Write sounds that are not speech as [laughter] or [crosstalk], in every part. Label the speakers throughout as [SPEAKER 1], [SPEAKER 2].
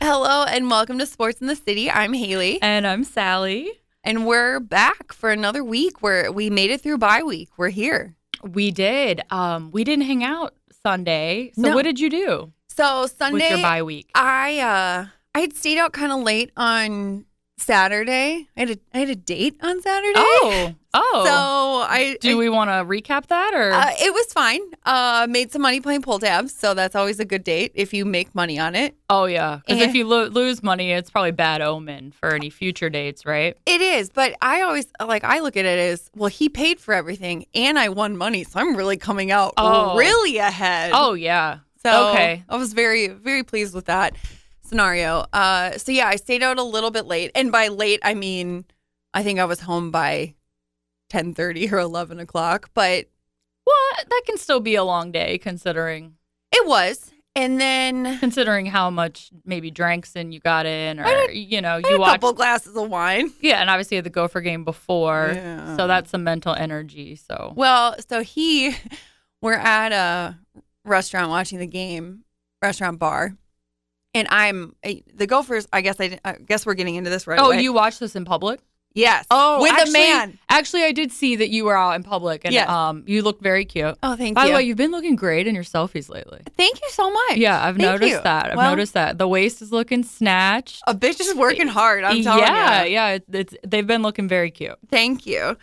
[SPEAKER 1] Hello and welcome to Sports in the City. I'm Haley
[SPEAKER 2] And I'm Sally.
[SPEAKER 1] and we're back for another week where we made it through bye week. We're here.
[SPEAKER 2] We did. Um, we didn't hang out Sunday. So
[SPEAKER 1] No.
[SPEAKER 2] what did you do
[SPEAKER 1] So
[SPEAKER 2] with
[SPEAKER 1] Sunday
[SPEAKER 2] your bye week?
[SPEAKER 1] I uh I had stayed out kind of late on Saturday. I had a I had a date on Saturday. [laughs]
[SPEAKER 2] oh, oh.
[SPEAKER 1] So I
[SPEAKER 2] do
[SPEAKER 1] I-
[SPEAKER 2] we want to recap that or?
[SPEAKER 1] uh, it was fine. Uh, made some money playing pull tabs, so that's always a good date if you make money on it.
[SPEAKER 2] oh yeah, because
[SPEAKER 1] eh.
[SPEAKER 2] if you lo- lose money, it's probably bad omen for any future dates, right?
[SPEAKER 1] It is, but I always like I look at it as well. He paid for everything, and I won money, so I'm really coming out
[SPEAKER 2] Oh.
[SPEAKER 1] really ahead.
[SPEAKER 2] Oh yeah.
[SPEAKER 1] So
[SPEAKER 2] okay.
[SPEAKER 1] I was very, very pleased with that scenario. Uh, so yeah, I stayed out a little bit late, and by late I mean I think I was home by ten thirty or eleven o'clock, but
[SPEAKER 2] Well, that can still be a long day considering
[SPEAKER 1] it was. And then
[SPEAKER 2] considering how much maybe drinks and you got in or
[SPEAKER 1] I had
[SPEAKER 2] you know
[SPEAKER 1] I had
[SPEAKER 2] you
[SPEAKER 1] a
[SPEAKER 2] watched
[SPEAKER 1] couple glasses of wine.
[SPEAKER 2] yeah and obviously had the Gopher game before
[SPEAKER 1] Yeah.
[SPEAKER 2] so that's some mental energy so
[SPEAKER 1] Well, so he, [laughs] we're at a restaurant watching the game, restaurant bar, and I'm the Gophers. I guess I, I guess we're getting into this right
[SPEAKER 2] oh
[SPEAKER 1] away.
[SPEAKER 2] you watched this in public
[SPEAKER 1] yes with a man.
[SPEAKER 2] Oh, Actually, I did see that you were out in public, and
[SPEAKER 1] Yes.
[SPEAKER 2] um, you looked very cute.
[SPEAKER 1] Oh, thank
[SPEAKER 2] By
[SPEAKER 1] you.
[SPEAKER 2] the way, you've been looking great in your selfies lately.
[SPEAKER 1] Thank you so much.
[SPEAKER 2] Yeah, I've
[SPEAKER 1] Thank
[SPEAKER 2] noticed
[SPEAKER 1] you.
[SPEAKER 2] that. I've
[SPEAKER 1] Well,
[SPEAKER 2] noticed that the waist is looking snatched.
[SPEAKER 1] A bitch is working hard. I'm telling
[SPEAKER 2] yeah,
[SPEAKER 1] you.
[SPEAKER 2] yeah, it- it's they've been looking very cute.
[SPEAKER 1] Thank you.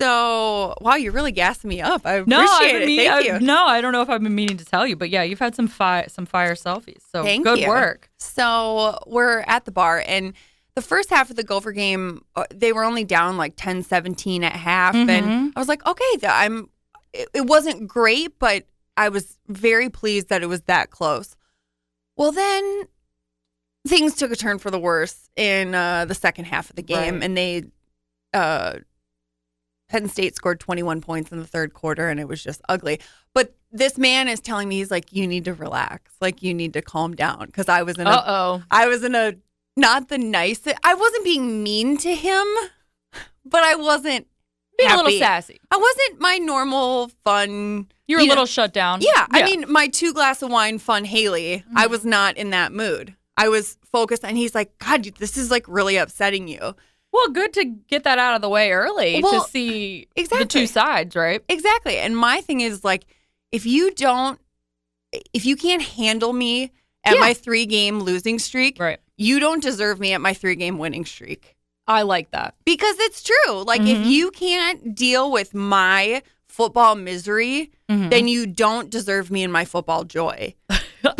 [SPEAKER 1] So, wow, you're really gassing me up. I
[SPEAKER 2] No, I've
[SPEAKER 1] appreciate
[SPEAKER 2] been
[SPEAKER 1] it.
[SPEAKER 2] mean-
[SPEAKER 1] Thank
[SPEAKER 2] I've-
[SPEAKER 1] you.
[SPEAKER 2] no, I don't know if I've been meaning to tell you, but yeah, you've had some fire, some fire selfies. So
[SPEAKER 1] Thank
[SPEAKER 2] good
[SPEAKER 1] you.
[SPEAKER 2] work.
[SPEAKER 1] So, we're at the bar, and the first half of the Gopher game, uh, they were only down like 10 17 at half. And
[SPEAKER 2] Mhm.
[SPEAKER 1] I was like, okay, th- I'm, it, it wasn't great, but I was very pleased that it was that close. Well, then things took a turn for the worse in uh, the second half of the game,
[SPEAKER 2] Right.
[SPEAKER 1] and they uh, Penn State scored 21 points in the third quarter, and it was just ugly. But this man is telling me he's like, you need to relax, like you need to calm down, because I was in
[SPEAKER 2] Uh
[SPEAKER 1] a,
[SPEAKER 2] oh.
[SPEAKER 1] I was in a not the nicest. I wasn't being mean to him, but I wasn't
[SPEAKER 2] Being a little
[SPEAKER 1] happy.
[SPEAKER 2] sassy.
[SPEAKER 1] I wasn't my normal fun.
[SPEAKER 2] You're
[SPEAKER 1] You
[SPEAKER 2] a
[SPEAKER 1] know-
[SPEAKER 2] little shut down.
[SPEAKER 1] Yeah, I mean, my two glass of wine fun Haley, I
[SPEAKER 2] Mm-hmm.
[SPEAKER 1] was not in that mood. I was focused, and he's like, God, this is like really upsetting you.
[SPEAKER 2] well, good to get that out of the way early
[SPEAKER 1] Well,
[SPEAKER 2] to see the
[SPEAKER 1] exactly.
[SPEAKER 2] two sides, right?
[SPEAKER 1] Exactly. And my thing is like, if you don't, if you can't handle me at
[SPEAKER 2] Yeah.
[SPEAKER 1] my three game losing streak,
[SPEAKER 2] Right.
[SPEAKER 1] you don't deserve me at my three game winning streak.
[SPEAKER 2] I like that.
[SPEAKER 1] Because it's true. Like, if
[SPEAKER 2] Mhm.
[SPEAKER 1] you can't deal with my football misery,
[SPEAKER 2] Mm-hmm.
[SPEAKER 1] then you don't deserve me and my football joy. [laughs]
[SPEAKER 2] I love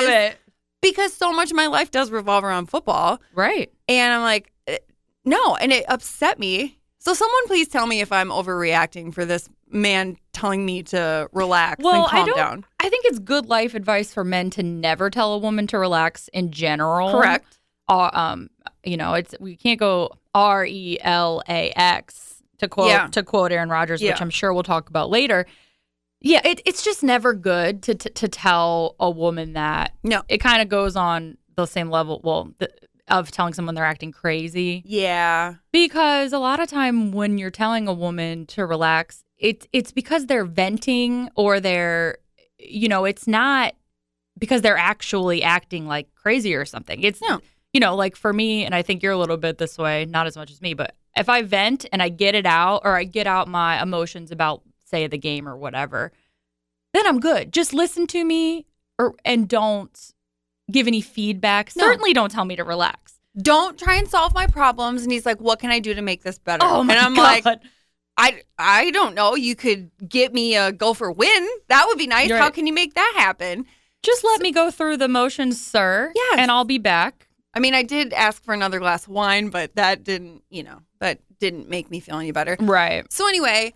[SPEAKER 1] because-
[SPEAKER 2] it.
[SPEAKER 1] Because so much of my life does revolve around football.
[SPEAKER 2] Right.
[SPEAKER 1] And I'm like, eh, no. And it upset me. So, someone please tell me if I'm overreacting for this man telling me to relax and
[SPEAKER 2] Well,
[SPEAKER 1] calm
[SPEAKER 2] I don't.
[SPEAKER 1] down.
[SPEAKER 2] I think it's good life advice for men to never tell a woman to relax in general.
[SPEAKER 1] Correct.
[SPEAKER 2] Uh, um, you know, it's we can't go R E L A X to quote
[SPEAKER 1] Yeah.
[SPEAKER 2] to quote Aaron Rodgers,
[SPEAKER 1] Yeah.
[SPEAKER 2] which I'm sure we'll talk about later. Yeah, it, it's just never good to, to to tell a woman that.
[SPEAKER 1] No.
[SPEAKER 2] It kind of goes on the same level. Well, the, of telling someone they're acting crazy.
[SPEAKER 1] Yeah.
[SPEAKER 2] Because a lot of time when you're telling a woman to relax, it's it's because they're venting or they're you know, it's not because they're actually acting like crazy or something. It's
[SPEAKER 1] No.
[SPEAKER 2] you know, like for me and I think you're a little bit this way, not as much as me, but if I vent and I get it out or I get out my emotions about say the game or whatever, then I'm good. Just listen to me or and don't give any feedback.
[SPEAKER 1] No.
[SPEAKER 2] Certainly don't tell me to relax.
[SPEAKER 1] Don't try and solve my problems. And he's like, what can I do to make this better?
[SPEAKER 2] Oh my
[SPEAKER 1] and I'm
[SPEAKER 2] god.
[SPEAKER 1] like, I, I don't know. You could get me a gopher win. That would be nice.
[SPEAKER 2] You're
[SPEAKER 1] How
[SPEAKER 2] right.
[SPEAKER 1] can you make that happen?
[SPEAKER 2] Just let me go through the motions, sir.
[SPEAKER 1] Yes.
[SPEAKER 2] And I'll be back.
[SPEAKER 1] I mean, I did ask for another glass of wine, but that didn't, you know, that didn't make me feel any better.
[SPEAKER 2] Right.
[SPEAKER 1] So anyway,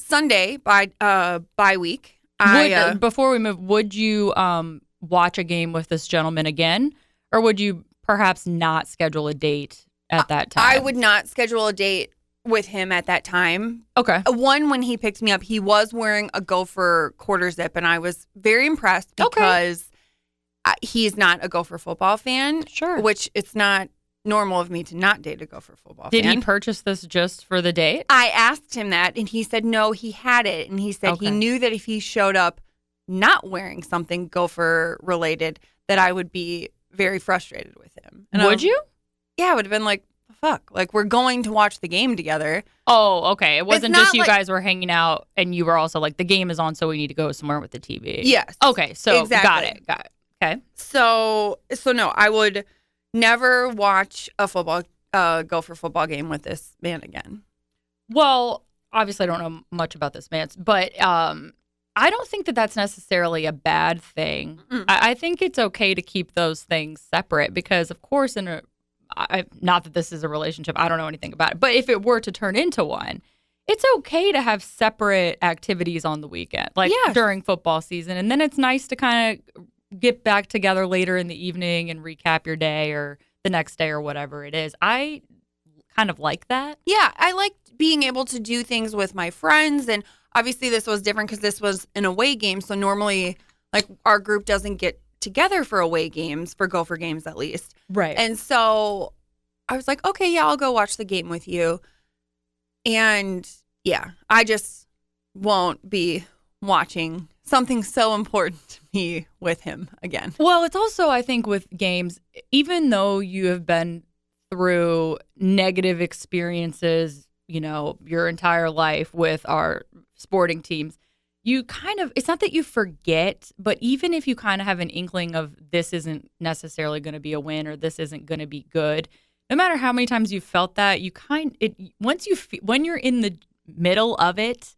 [SPEAKER 1] Sunday by uh bye week.
[SPEAKER 2] Would,
[SPEAKER 1] I, uh,
[SPEAKER 2] before we move, would you um, watch a game with this gentleman again? Or would you perhaps not schedule a date at that time?
[SPEAKER 1] I would not schedule a date with him at that time.
[SPEAKER 2] Okay.
[SPEAKER 1] One, when he picked me up, he was wearing a gopher quarter zip, and I was very impressed
[SPEAKER 2] Okay.
[SPEAKER 1] because I- he's not a gopher football fan,
[SPEAKER 2] Sure.
[SPEAKER 1] which it's not normal of me to not date a gopher football
[SPEAKER 2] Did
[SPEAKER 1] fan.
[SPEAKER 2] he purchase this just for the date?
[SPEAKER 1] I asked him that, and he said no, he had it. And he said he
[SPEAKER 2] Okay.
[SPEAKER 1] knew that if he showed up not wearing something gopher related, that I would be very frustrated with him. And I
[SPEAKER 2] would
[SPEAKER 1] was-
[SPEAKER 2] you?
[SPEAKER 1] Yeah, I would have been like, fuck, like we're going to watch the game together.
[SPEAKER 2] Oh, okay. It wasn't
[SPEAKER 1] not
[SPEAKER 2] just you
[SPEAKER 1] like-
[SPEAKER 2] guys were hanging out and you were also like, the game is on, so we need to go somewhere with the TV.
[SPEAKER 1] Yes.
[SPEAKER 2] Okay. So got
[SPEAKER 1] Exactly.
[SPEAKER 2] it. Got it. Okay.
[SPEAKER 1] So, so no, I would never watch a football, uh, Gopher football game with this man again.
[SPEAKER 2] Well, obviously, I don't know much about this man, but um, I don't think that that's necessarily a bad thing.
[SPEAKER 1] Mm-mm.
[SPEAKER 2] I, I think it's okay to keep those things separate because, of course, in a I, not that this is a relationship, I don't know anything about it, but if it were to turn into one, it's okay to have separate activities on the weekend, like
[SPEAKER 1] Yes.
[SPEAKER 2] during football season, and then it's nice to kind of get back together later in the evening and recap your day or the next day or whatever it is. I kind of like that.
[SPEAKER 1] Yeah, I liked being able to do things with my friends, and obviously this was different because this was an away game. So normally, like our group doesn't get together for away games, for Gopher games at least.
[SPEAKER 2] Right.
[SPEAKER 1] And so I was like, okay, yeah, I'll go watch the game with you. And yeah, I just won't be watching something so important [laughs] to me with him again.
[SPEAKER 2] [laughs] Well, it's also, I think, with games, even though you have been through negative experiences, you know, your entire life with our sporting teams, you kind of, it's not that you forget, but even if you kind of have an inkling of this isn't necessarily going to be a win or this isn't going to be good, no matter how many times you felt that, you kind, it, once you, fe- when you're in the middle of it,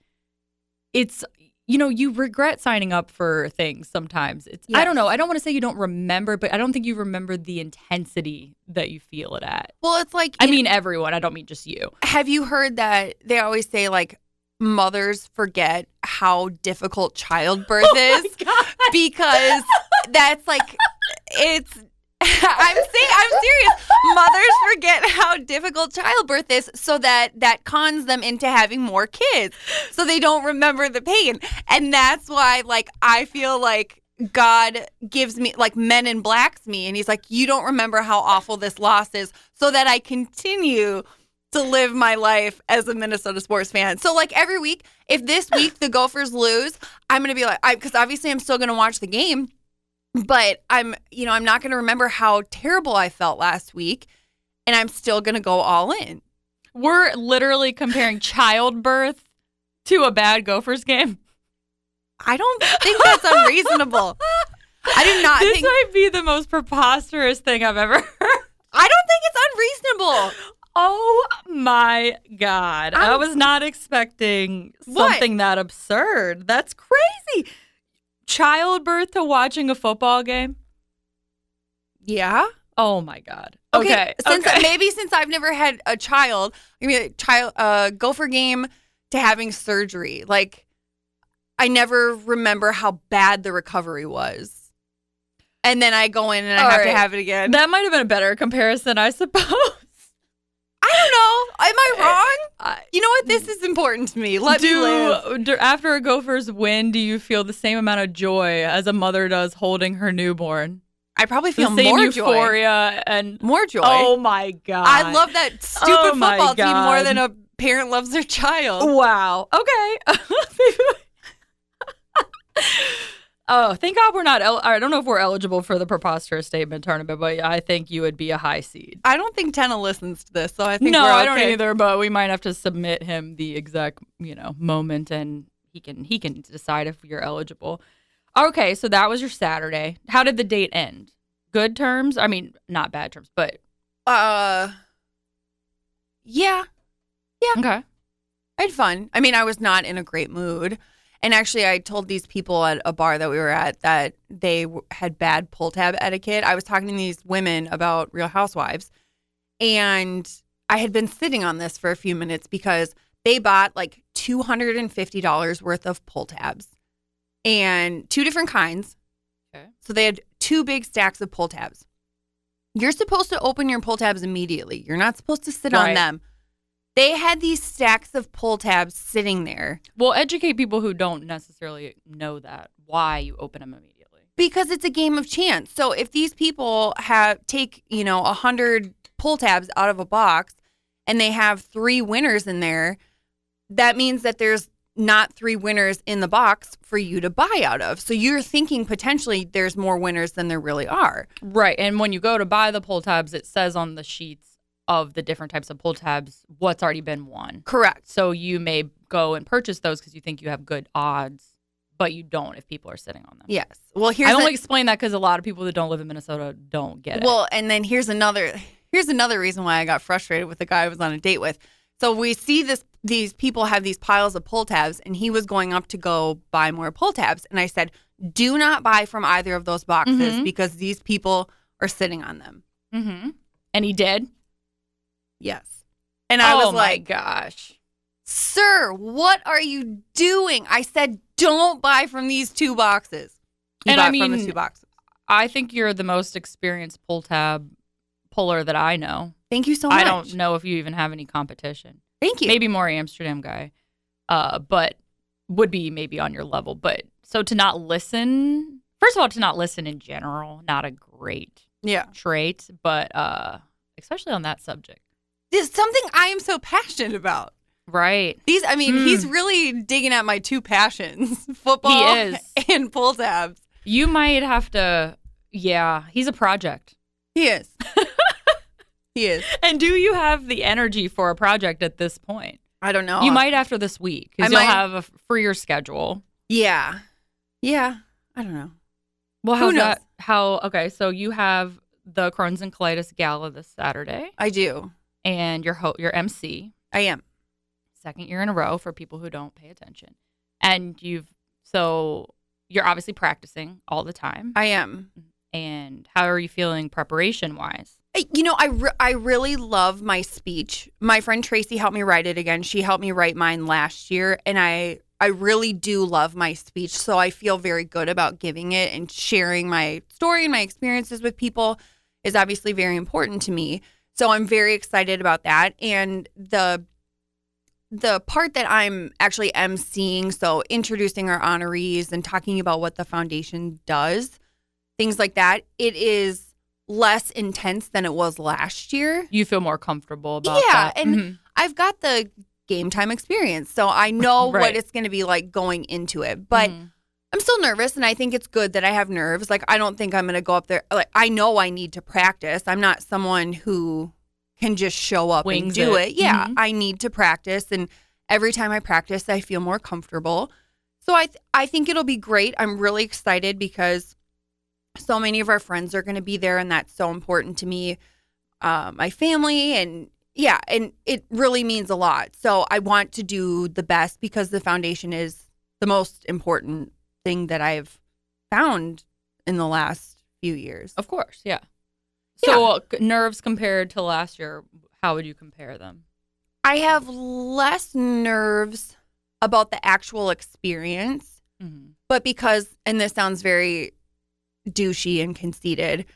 [SPEAKER 2] it's you know you regret signing up for things sometimes it's i don't know i don't want to say you don't remember but i don't think you remember the intensity that you feel it at
[SPEAKER 1] Well, it's like
[SPEAKER 2] i mean everyone i don't mean just you
[SPEAKER 1] Have you heard that they always say like mothers forget how difficult childbirth is because that's like it's [laughs] I'm saying I'm serious. Mothers forget how difficult childbirth is so that that cons them into having more kids. So they don't remember the pain. And that's why like I feel like God gives me like men in blacks me and he's like you don't remember how awful this loss is so that I continue to live my life as a Minnesota sports fan. So like every week, if this week the Gophers lose, I'm gonna be like, I because obviously I'm still gonna watch the game, but I'm you know I'm not gonna remember how terrible I felt last week, and I'm still gonna go all in.
[SPEAKER 2] we're
[SPEAKER 1] [laughs]
[SPEAKER 2] literally comparing childbirth to a bad gophers game
[SPEAKER 1] I don't think that's unreasonable. I do not
[SPEAKER 2] this
[SPEAKER 1] think
[SPEAKER 2] might be the most preposterous thing i've ever heard
[SPEAKER 1] I don't think it's unreasonable.
[SPEAKER 2] oh my god i
[SPEAKER 1] I'm-
[SPEAKER 2] was not expecting
[SPEAKER 1] What?
[SPEAKER 2] something that absurd that's crazy childbirth to watching a football game
[SPEAKER 1] Yeah.
[SPEAKER 2] Oh my god.
[SPEAKER 1] Okay. Since
[SPEAKER 2] okay.
[SPEAKER 1] maybe since I've never had a child, I mean, child uh, gopher game to having surgery. Like, I never remember how bad the recovery was, and then I go in and I
[SPEAKER 2] All
[SPEAKER 1] have to
[SPEAKER 2] right.
[SPEAKER 1] have it again.
[SPEAKER 2] that might have been a better comparison, I suppose.
[SPEAKER 1] I don't know. Am I wrong?
[SPEAKER 2] [laughs] I- Mm.
[SPEAKER 1] You know what? This is important to me. [laughs] Let me live.
[SPEAKER 2] do, do after a Gophers win, do you feel the same amount of joy as a mother does holding her newborn?
[SPEAKER 1] I probably feel
[SPEAKER 2] the same
[SPEAKER 1] more joy.
[SPEAKER 2] euphoria and
[SPEAKER 1] More joy.
[SPEAKER 2] oh my god.
[SPEAKER 1] I love that stupid
[SPEAKER 2] Oh my
[SPEAKER 1] football team more
[SPEAKER 2] God.
[SPEAKER 1] than a parent loves their child.
[SPEAKER 2] Wow. Okay. [laughs] oh, thank God we're not. El- I don't know if we're eligible for the preposterous statement tournament, but I think you would be a high seed.
[SPEAKER 1] I don't think Tenna listens to this, so I think
[SPEAKER 2] no,
[SPEAKER 1] we're
[SPEAKER 2] I don't
[SPEAKER 1] okay.
[SPEAKER 2] either. But we might have to submit him the exact you know moment, and he can he can decide if you're eligible. Okay, so that was your Saturday. How did the date end? Good terms? I mean, not bad terms, but
[SPEAKER 1] Uh, yeah. I
[SPEAKER 2] okay.
[SPEAKER 1] had fun. I mean, I was not in a great mood. And actually, I told these people at a bar that we were at that they w- had bad pull tab etiquette. I was talking to these women about Real Housewives, and I had been sitting on this for a few minutes because they bought like $250 worth of pull tabs and two different kinds.
[SPEAKER 2] Okay.
[SPEAKER 1] So they had two big stacks of pull tabs. You're supposed to open your pull tabs immediately. You're not supposed to sit
[SPEAKER 2] Right.
[SPEAKER 1] on them. They had these stacks of pull tabs sitting there
[SPEAKER 2] Well, educate people who don't necessarily know that why you open them immediately.
[SPEAKER 1] because it's a game of chance. So if these people have take, you know, a hundred pull tabs out of a box and they have three winners in there, that means that there's not three winners in the box for you to buy out of. So you're thinking potentially there's more winners than there really are.
[SPEAKER 2] Right. And when you go to buy the pull tabs, it says on the sheets of the different types of pull tabs what's already been won.
[SPEAKER 1] Correct.
[SPEAKER 2] So you may go and purchase those because you think you have good odds, but you don't if people are sitting on them.
[SPEAKER 1] Yes. Well, here's
[SPEAKER 2] I only
[SPEAKER 1] a-
[SPEAKER 2] explain that because a lot of people that don't live in Minnesota don't get it.
[SPEAKER 1] Well, and then here's another here's another reason why I got frustrated with the guy I was on a date with. So we see this these people have these piles of pull tabs and he was going up to go buy more pull tabs and I said, "Do not buy from either of those boxes
[SPEAKER 2] Mhm.
[SPEAKER 1] because these people are sitting on them."
[SPEAKER 2] hmm and he did.
[SPEAKER 1] Yes. And I
[SPEAKER 2] oh
[SPEAKER 1] was like,
[SPEAKER 2] my gosh.
[SPEAKER 1] "Sir, what are you doing?" I said, "Don't buy from these two boxes." He
[SPEAKER 2] And I
[SPEAKER 1] bought from the
[SPEAKER 2] mean-
[SPEAKER 1] two boxes.
[SPEAKER 2] I think you're the most experienced pull tab puller that I know.
[SPEAKER 1] Thank you so much.
[SPEAKER 2] I don't know if you even have any competition.
[SPEAKER 1] Thank you.
[SPEAKER 2] Maybe more Amsterdam guy, uh, but would be maybe on your level. But so to not listen, first of all, to not listen in general, not a great
[SPEAKER 1] Yeah.
[SPEAKER 2] trait, but uh, especially on that subject.
[SPEAKER 1] This is something I am so passionate about.
[SPEAKER 2] Right.
[SPEAKER 1] These, I mean,
[SPEAKER 2] Mm.
[SPEAKER 1] he's really digging at my two passions: [laughs] football
[SPEAKER 2] He is.
[SPEAKER 1] and pull tabs.
[SPEAKER 2] You might have to, yeah, he's a project.
[SPEAKER 1] He
[SPEAKER 2] [laughs]
[SPEAKER 1] is. he is.
[SPEAKER 2] And do you have the energy for a project at this point?
[SPEAKER 1] I don't know.
[SPEAKER 2] You might after this week
[SPEAKER 1] I
[SPEAKER 2] because you'll
[SPEAKER 1] might-
[SPEAKER 2] have a freer schedule.
[SPEAKER 1] Yeah. Yeah. I don't know.
[SPEAKER 2] Well,
[SPEAKER 1] Who
[SPEAKER 2] how's
[SPEAKER 1] knows?
[SPEAKER 2] that? How okay? So you have the Crohn's and Colitis Gala this Saturday,
[SPEAKER 1] I do.
[SPEAKER 2] and your ho- your MC
[SPEAKER 1] I am.
[SPEAKER 2] second year in a row for people who don't pay attention, and you've so you're obviously practicing all the time.
[SPEAKER 1] I am.
[SPEAKER 2] and how are you feeling preparation wise?
[SPEAKER 1] I- You know, I, re- I really love my speech. My friend Tracy helped me write it again. She helped me write mine last year, and I I really do love my speech. So I feel very good about giving it and sharing my story and my experiences with people is obviously very important to me. So I'm very excited about that and the the part that I'm actually emceeing, so introducing our honorees and talking about what the foundation does, things like that. It is less intense than it was last year.
[SPEAKER 2] You feel more comfortable about
[SPEAKER 1] Yeah,
[SPEAKER 2] that?
[SPEAKER 1] and-
[SPEAKER 2] Mhm.
[SPEAKER 1] I've got the game time experience, so I know
[SPEAKER 2] [laughs] Right.
[SPEAKER 1] what it's going to be like going into it. But
[SPEAKER 2] Mhm.
[SPEAKER 1] I'm still nervous, and I think it's good that I have nerves. Like I don't think I'm going to go up there. Like I know I need to practice. I'm not someone who can just show up
[SPEAKER 2] Wings
[SPEAKER 1] and do
[SPEAKER 2] it.
[SPEAKER 1] it. Yeah,
[SPEAKER 2] Mhm.
[SPEAKER 1] I need to practice, and every time I practice, I feel more comfortable. So I th- I think it'll be great. I'm really excited because so many of our friends are going to be there, and that's so important to me, uh, my family, and yeah, and it really means a lot. So I want to do the best because the foundation is the most important thing that I've found in the last few years.
[SPEAKER 2] of course, yeah. So c- nerves compared to last year, how would you compare them?
[SPEAKER 1] I have less nerves about the actual experience,
[SPEAKER 2] hmm
[SPEAKER 1] but because, and this sounds very douchey and conceited,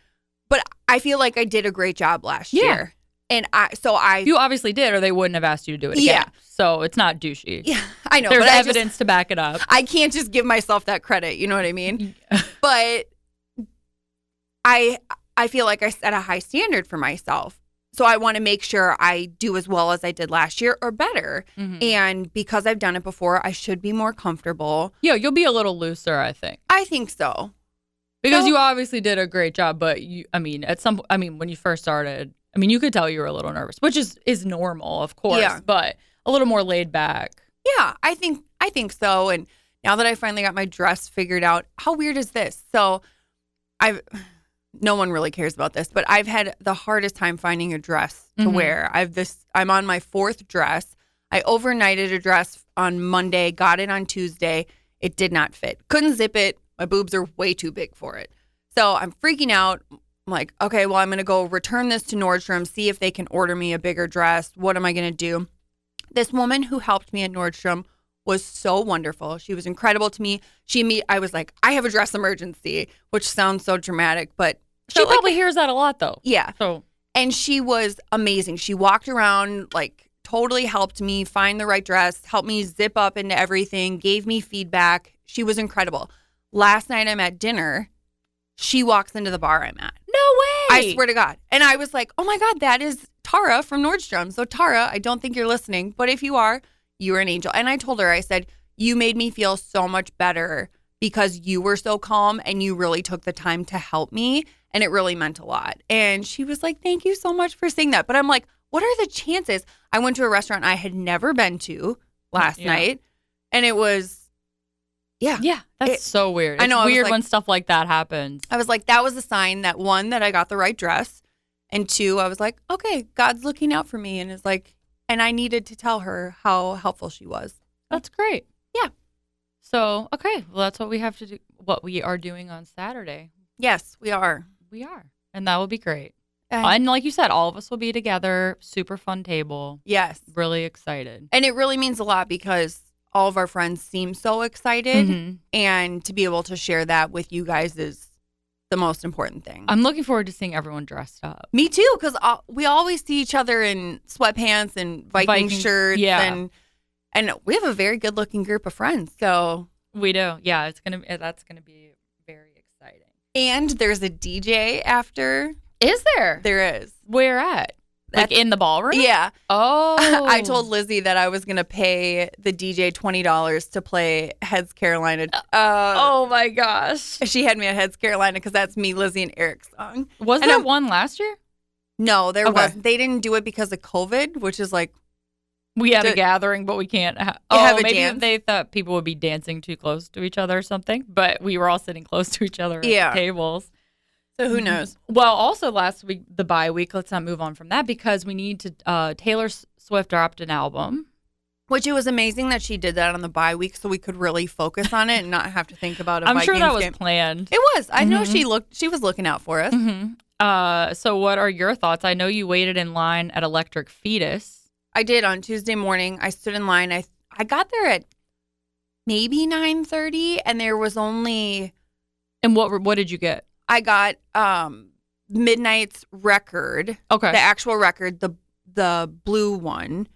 [SPEAKER 1] but I feel like I did a great job last
[SPEAKER 2] Yeah.
[SPEAKER 1] year. And I, so I,
[SPEAKER 2] You obviously did, or they wouldn't have asked you to do it again.
[SPEAKER 1] Yeah.
[SPEAKER 2] So it's not douchey.
[SPEAKER 1] [laughs] yeah, I know.
[SPEAKER 2] There's
[SPEAKER 1] but I just-
[SPEAKER 2] evidence to back it up.
[SPEAKER 1] I can't just give myself that credit. You know what I mean? but I I feel like I set a high standard for myself. So I want to make sure I do as well as I did last year or better.
[SPEAKER 2] Mhm.
[SPEAKER 1] And because I've done it before, I should be more comfortable.
[SPEAKER 2] Yeah, you'll be a little looser, I think,
[SPEAKER 1] I think so.
[SPEAKER 2] because
[SPEAKER 1] So-
[SPEAKER 2] you obviously did a great job. But you, I mean, at some, I mean, when you first started, I mean, you could tell you were a little nervous, which is is normal, of course.
[SPEAKER 1] Yeah.
[SPEAKER 2] But a little more laid back.
[SPEAKER 1] Yeah, I think I think so. And now that I finally got my dress figured out, how weird is this? So I've [sighs] no one really cares about this, but I've had the hardest time finding a dress to
[SPEAKER 2] Mhm.
[SPEAKER 1] wear. I've this I'm on my fourth dress. I overnighted a dress on Monday, got it on Tuesday. It did not fit. Couldn't zip it. My boobs are way too big for it. So I'm freaking out. I'm like, okay, well, I'm going to go return this to Nordstrom, see if they can order me a bigger dress. What am I going to do? this woman who helped me at Nordstrom was so wonderful. She was incredible to me. She me I was like, I have a dress emergency, which sounds so dramatic, but
[SPEAKER 2] She
[SPEAKER 1] So, like-
[SPEAKER 2] probably hears that a lot though.
[SPEAKER 1] Yeah.
[SPEAKER 2] So
[SPEAKER 1] And she was amazing. She walked around, like, totally helped me find the right dress, helped me zip up into everything, gave me feedback. She was incredible. Last night I'm at dinner. She walks into the bar I'm at.
[SPEAKER 2] no way.
[SPEAKER 1] I swear to God. And I was like, oh my God, that is Tara from Nordstrom. So, Tara, I don't think you're listening, but if you are, you're an angel. And I told her, I said, you made me feel so much better because you were so calm and you really took the time to help me. And it really meant a lot. And she was like, thank you so much for saying that. But I'm like, what are the chances? I went to a restaurant I had never been to last
[SPEAKER 2] Yeah.
[SPEAKER 1] night and it was, yeah.
[SPEAKER 2] Yeah, that's
[SPEAKER 1] It-
[SPEAKER 2] so weird.
[SPEAKER 1] I
[SPEAKER 2] It's
[SPEAKER 1] know, I was
[SPEAKER 2] weird
[SPEAKER 1] like-
[SPEAKER 2] when stuff like Oh. that happens.
[SPEAKER 1] I was like, that was a sign that one, that I got the right dress. And two, I was like, okay, God's looking out for me and is like, and I needed to tell her how helpful she was.
[SPEAKER 2] That's great.
[SPEAKER 1] Yeah.
[SPEAKER 2] So okay, well that's what we have to do. What we are doing on Saturday,
[SPEAKER 1] Yes, we are.
[SPEAKER 2] we are, and that will be great.
[SPEAKER 1] And-
[SPEAKER 2] and like you said, all of us will be together. Super fun table.
[SPEAKER 1] yes.
[SPEAKER 2] Really excited.
[SPEAKER 1] And it really means a lot because all of our friends seem so excited.
[SPEAKER 2] Mhm.
[SPEAKER 1] And to be able to share that with you guys is the most important thing.
[SPEAKER 2] I'm looking forward to seeing everyone dressed up.
[SPEAKER 1] me too, because we always see each other in sweatpants and Viking,
[SPEAKER 2] Viking-
[SPEAKER 1] shirts,
[SPEAKER 2] yeah.
[SPEAKER 1] and and we have a very good-looking group of friends. So
[SPEAKER 2] We do. Yeah, it's gonna. That's gonna be very exciting.
[SPEAKER 1] And there's a DJ after.
[SPEAKER 2] Is there?
[SPEAKER 1] There is.
[SPEAKER 2] Where at? Like
[SPEAKER 1] That's-
[SPEAKER 2] in the ballroom? [laughs]
[SPEAKER 1] Yeah. [laughs]
[SPEAKER 2] Oh,
[SPEAKER 1] I told Lizzie that I was going to pay the DJ $20 to play Heads Carolina. Uh,
[SPEAKER 2] Oh my gosh.
[SPEAKER 1] She had me at Heads Carolina because that's me, Lizzie, and Eric's song.
[SPEAKER 2] Was
[SPEAKER 1] And
[SPEAKER 2] that
[SPEAKER 1] I'm-
[SPEAKER 2] one last year?
[SPEAKER 1] No, there
[SPEAKER 2] Okay.
[SPEAKER 1] wasn't. They didn't do it because of COVID, which is like,
[SPEAKER 2] We had a
[SPEAKER 1] Did-
[SPEAKER 2] gathering, but we can't. Ha-
[SPEAKER 1] You
[SPEAKER 2] oh,
[SPEAKER 1] have a
[SPEAKER 2] maybe
[SPEAKER 1] dance?
[SPEAKER 2] they thought people would be dancing too close to each other or something. But we were all sitting [laughs] close to each other at
[SPEAKER 1] Yeah.
[SPEAKER 2] tables.
[SPEAKER 1] so who knows?
[SPEAKER 2] Well, also last week, the bye week. Let's not move on from that because we need to. Uh, Taylor S- Swift dropped an album.
[SPEAKER 1] Which it was amazing that she did that on the bye week so we could really focus on it and not have to think about it.
[SPEAKER 2] I'm sure that was planned. Mm-hmm.
[SPEAKER 1] It was. I know she looked. She was looking out for us.
[SPEAKER 2] hmm Uh, so, what are your thoughts? I know you waited in line at Electric Fetus.
[SPEAKER 1] I did on Tuesday morning. I stood in line. I I got there at maybe nine thirty, and there was only
[SPEAKER 2] And what were- what did you get?
[SPEAKER 1] I got um Midnight's record,
[SPEAKER 2] Okay.
[SPEAKER 1] the actual record, the the blue one,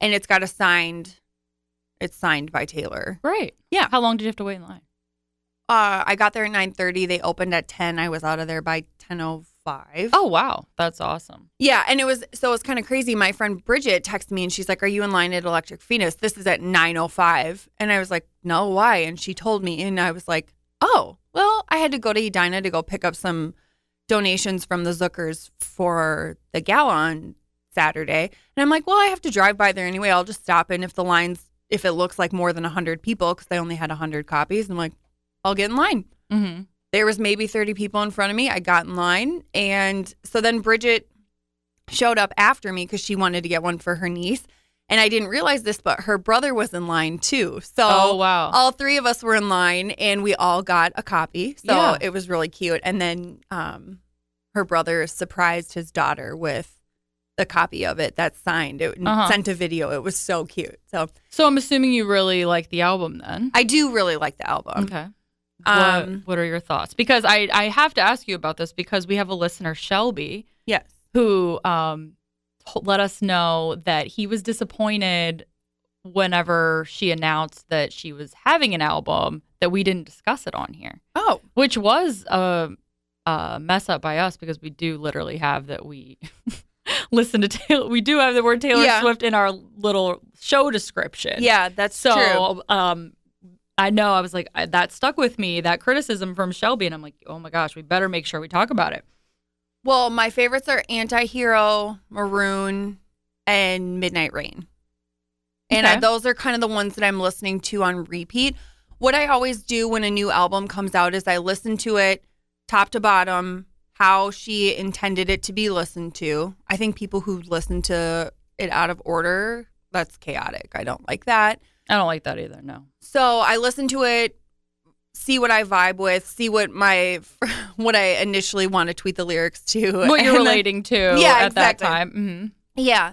[SPEAKER 1] and it's got a signed. It's signed by Taylor.
[SPEAKER 2] Great.
[SPEAKER 1] Yeah.
[SPEAKER 2] How long did you have to wait in line?
[SPEAKER 1] Uh, I got there at nine thirty. They opened at ten. I was out of there by ten oh five.
[SPEAKER 2] Oh, wow. That's awesome.
[SPEAKER 1] Yeah, and it was so it was kind of crazy. My friend Bridget texted me and she's like, "Are you in line at Electric Phoenix? This is at 9:05." And I was like, "No, why?" And she told me and I was like, "Oh, well, I had to go to Edina to go pick up some donations from the Zookers for the gala on Saturday." And I'm like, "Well, I have to drive by there anyway. I'll just stop and if the lines if it looks like more than 100 people cuz they only had 100 copies, I'm like, I'll get in line."
[SPEAKER 2] Mm-hmm.
[SPEAKER 1] there was maybe 30 people in front of me. I got in line. And so then Bridget showed up after me because she wanted to get one for her niece. And I didn't realize this, but her brother was in line too. So
[SPEAKER 2] Oh, wow.
[SPEAKER 1] all three of us were in line and we all got a copy. So
[SPEAKER 2] Yeah.
[SPEAKER 1] it was really cute. And then um, her brother surprised his daughter with the copy of it that's signed. It
[SPEAKER 2] Uh-huh.
[SPEAKER 1] sent a video. It was so cute. So
[SPEAKER 2] So I'm assuming you really like the album then.
[SPEAKER 1] I do really like the album.
[SPEAKER 2] okay.
[SPEAKER 1] Um,
[SPEAKER 2] what, what are your thoughts? Because I, I have to ask you about this because we have a listener, Shelby,
[SPEAKER 1] Yes.
[SPEAKER 2] who um, to- let us know that he was disappointed whenever she announced that she was having an album that we didn't discuss it on here,
[SPEAKER 1] Oh,
[SPEAKER 2] which was a, a mess up by us because we do literally have that we [laughs] listen to Taylor. We do have the word Taylor
[SPEAKER 1] Yeah.
[SPEAKER 2] Swift in our little show description.
[SPEAKER 1] yeah, that's true.
[SPEAKER 2] So, um, I know I was like I, that stuck with me that criticism from Shelby, and I'm like, oh my gosh, we better make sure we talk about it.
[SPEAKER 1] Well, my favorites are Antihero, Maroon, and Midnight Rain. And
[SPEAKER 2] Okay.
[SPEAKER 1] I, those are kind of the ones that I'm listening to on repeat. What I always do when a new album comes out is I listen to it top to bottom, how she intended it to be listened to. I think people who listen to it out of order, that's chaotic. I don't like that.
[SPEAKER 2] I don't like that either. No,
[SPEAKER 1] So I listen to it, see what I vibe with, see what my [laughs] what I initially want to tweet the lyrics to. [laughs]
[SPEAKER 2] what you're
[SPEAKER 1] and then-
[SPEAKER 2] relating to
[SPEAKER 1] Yeah,
[SPEAKER 2] at that mm-hmm.
[SPEAKER 1] exactly.
[SPEAKER 2] time. Mhm.
[SPEAKER 1] yeah.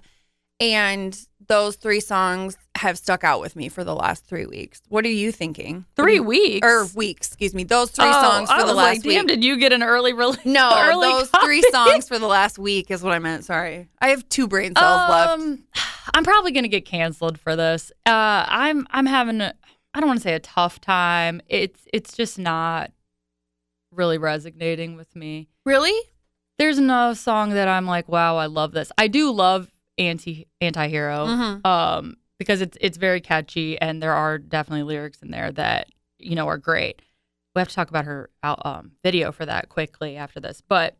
[SPEAKER 1] And those three songs have stuck out with me for the last three weeks. What are you thinking?
[SPEAKER 2] Three
[SPEAKER 1] What
[SPEAKER 2] weeks
[SPEAKER 1] do you- or weeks? Excuse me. Those three
[SPEAKER 2] Oh,
[SPEAKER 1] songs for
[SPEAKER 2] I
[SPEAKER 1] the
[SPEAKER 2] was
[SPEAKER 1] last
[SPEAKER 2] like, Damn,
[SPEAKER 1] week.
[SPEAKER 2] did you get an early release?
[SPEAKER 1] no,
[SPEAKER 2] early [laughs]
[SPEAKER 1] those three songs for the last week is what I meant. Sorry, I have two brain cells left.
[SPEAKER 2] Um, I'm probably gonna get canceled for this. Uh, I'm I'm having a I don't want to say a tough time. It's it's just not really resonating with me.
[SPEAKER 1] Really?
[SPEAKER 2] There's no song that I'm like, wow, I love this. I do love anti anti-hero
[SPEAKER 1] Mhm.
[SPEAKER 2] um, because it's it's very catchy and there are definitely lyrics in there that you know are great. We have to talk about her out, um, video for that quickly after this, but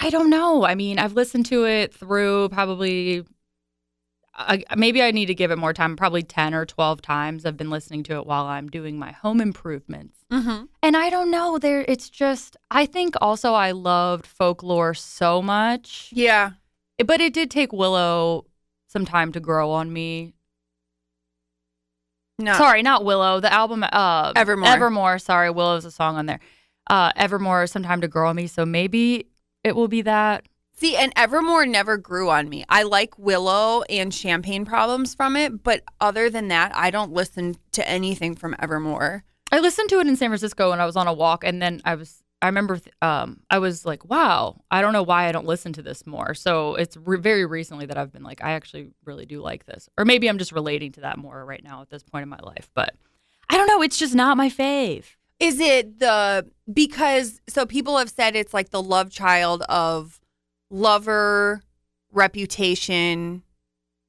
[SPEAKER 2] I don't know. I mean, I've listened to it through probably. uh, I, maybe I need to give it more time. Probably ten or twelve times. I've been listening to it while I'm doing my home improvements
[SPEAKER 1] Mm-hmm.
[SPEAKER 2] and I don't know. There, it's just. I think also I loved folklore so much,
[SPEAKER 1] Yeah.
[SPEAKER 2] but it did take Willow some time to grow on me.
[SPEAKER 1] No.
[SPEAKER 2] Sorry, not Willow. The album, uh,
[SPEAKER 1] Evermore.
[SPEAKER 2] Evermore. Sorry, Willow's a song on there. Uh, Evermore, some time to grow on me. So maybe it will be that.
[SPEAKER 1] See, and Evermore never grew on me. I like Willow and Champagne Problems from it, but other than that, I don't listen to anything from Evermore.
[SPEAKER 2] I listened to it in San Francisco when I was on a walk, and then I was. I remember th- um, I was like, wow, I don't know why I don't listen to this more. So it's re- very recently that I've been like, I actually really do like this. Or maybe I'm just relating to that more right now at this point in my life. But I don't know. It's just not my fave.
[SPEAKER 1] Is it the because so people have said it's like the love child of lover, reputation,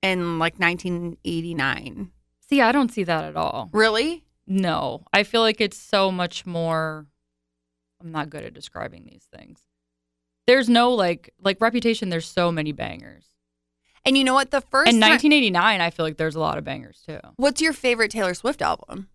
[SPEAKER 1] and like 1989.
[SPEAKER 2] See, I don't see that at all.
[SPEAKER 1] Really?
[SPEAKER 2] No, I feel like it's so much more. I'm not good at describing these things. There's no like, like reputation, there's so many bangers.
[SPEAKER 1] And you know what? The first
[SPEAKER 2] and
[SPEAKER 1] time-
[SPEAKER 2] 1989, I feel like there's a lot of bangers too.
[SPEAKER 1] what's your favorite Taylor Swift album?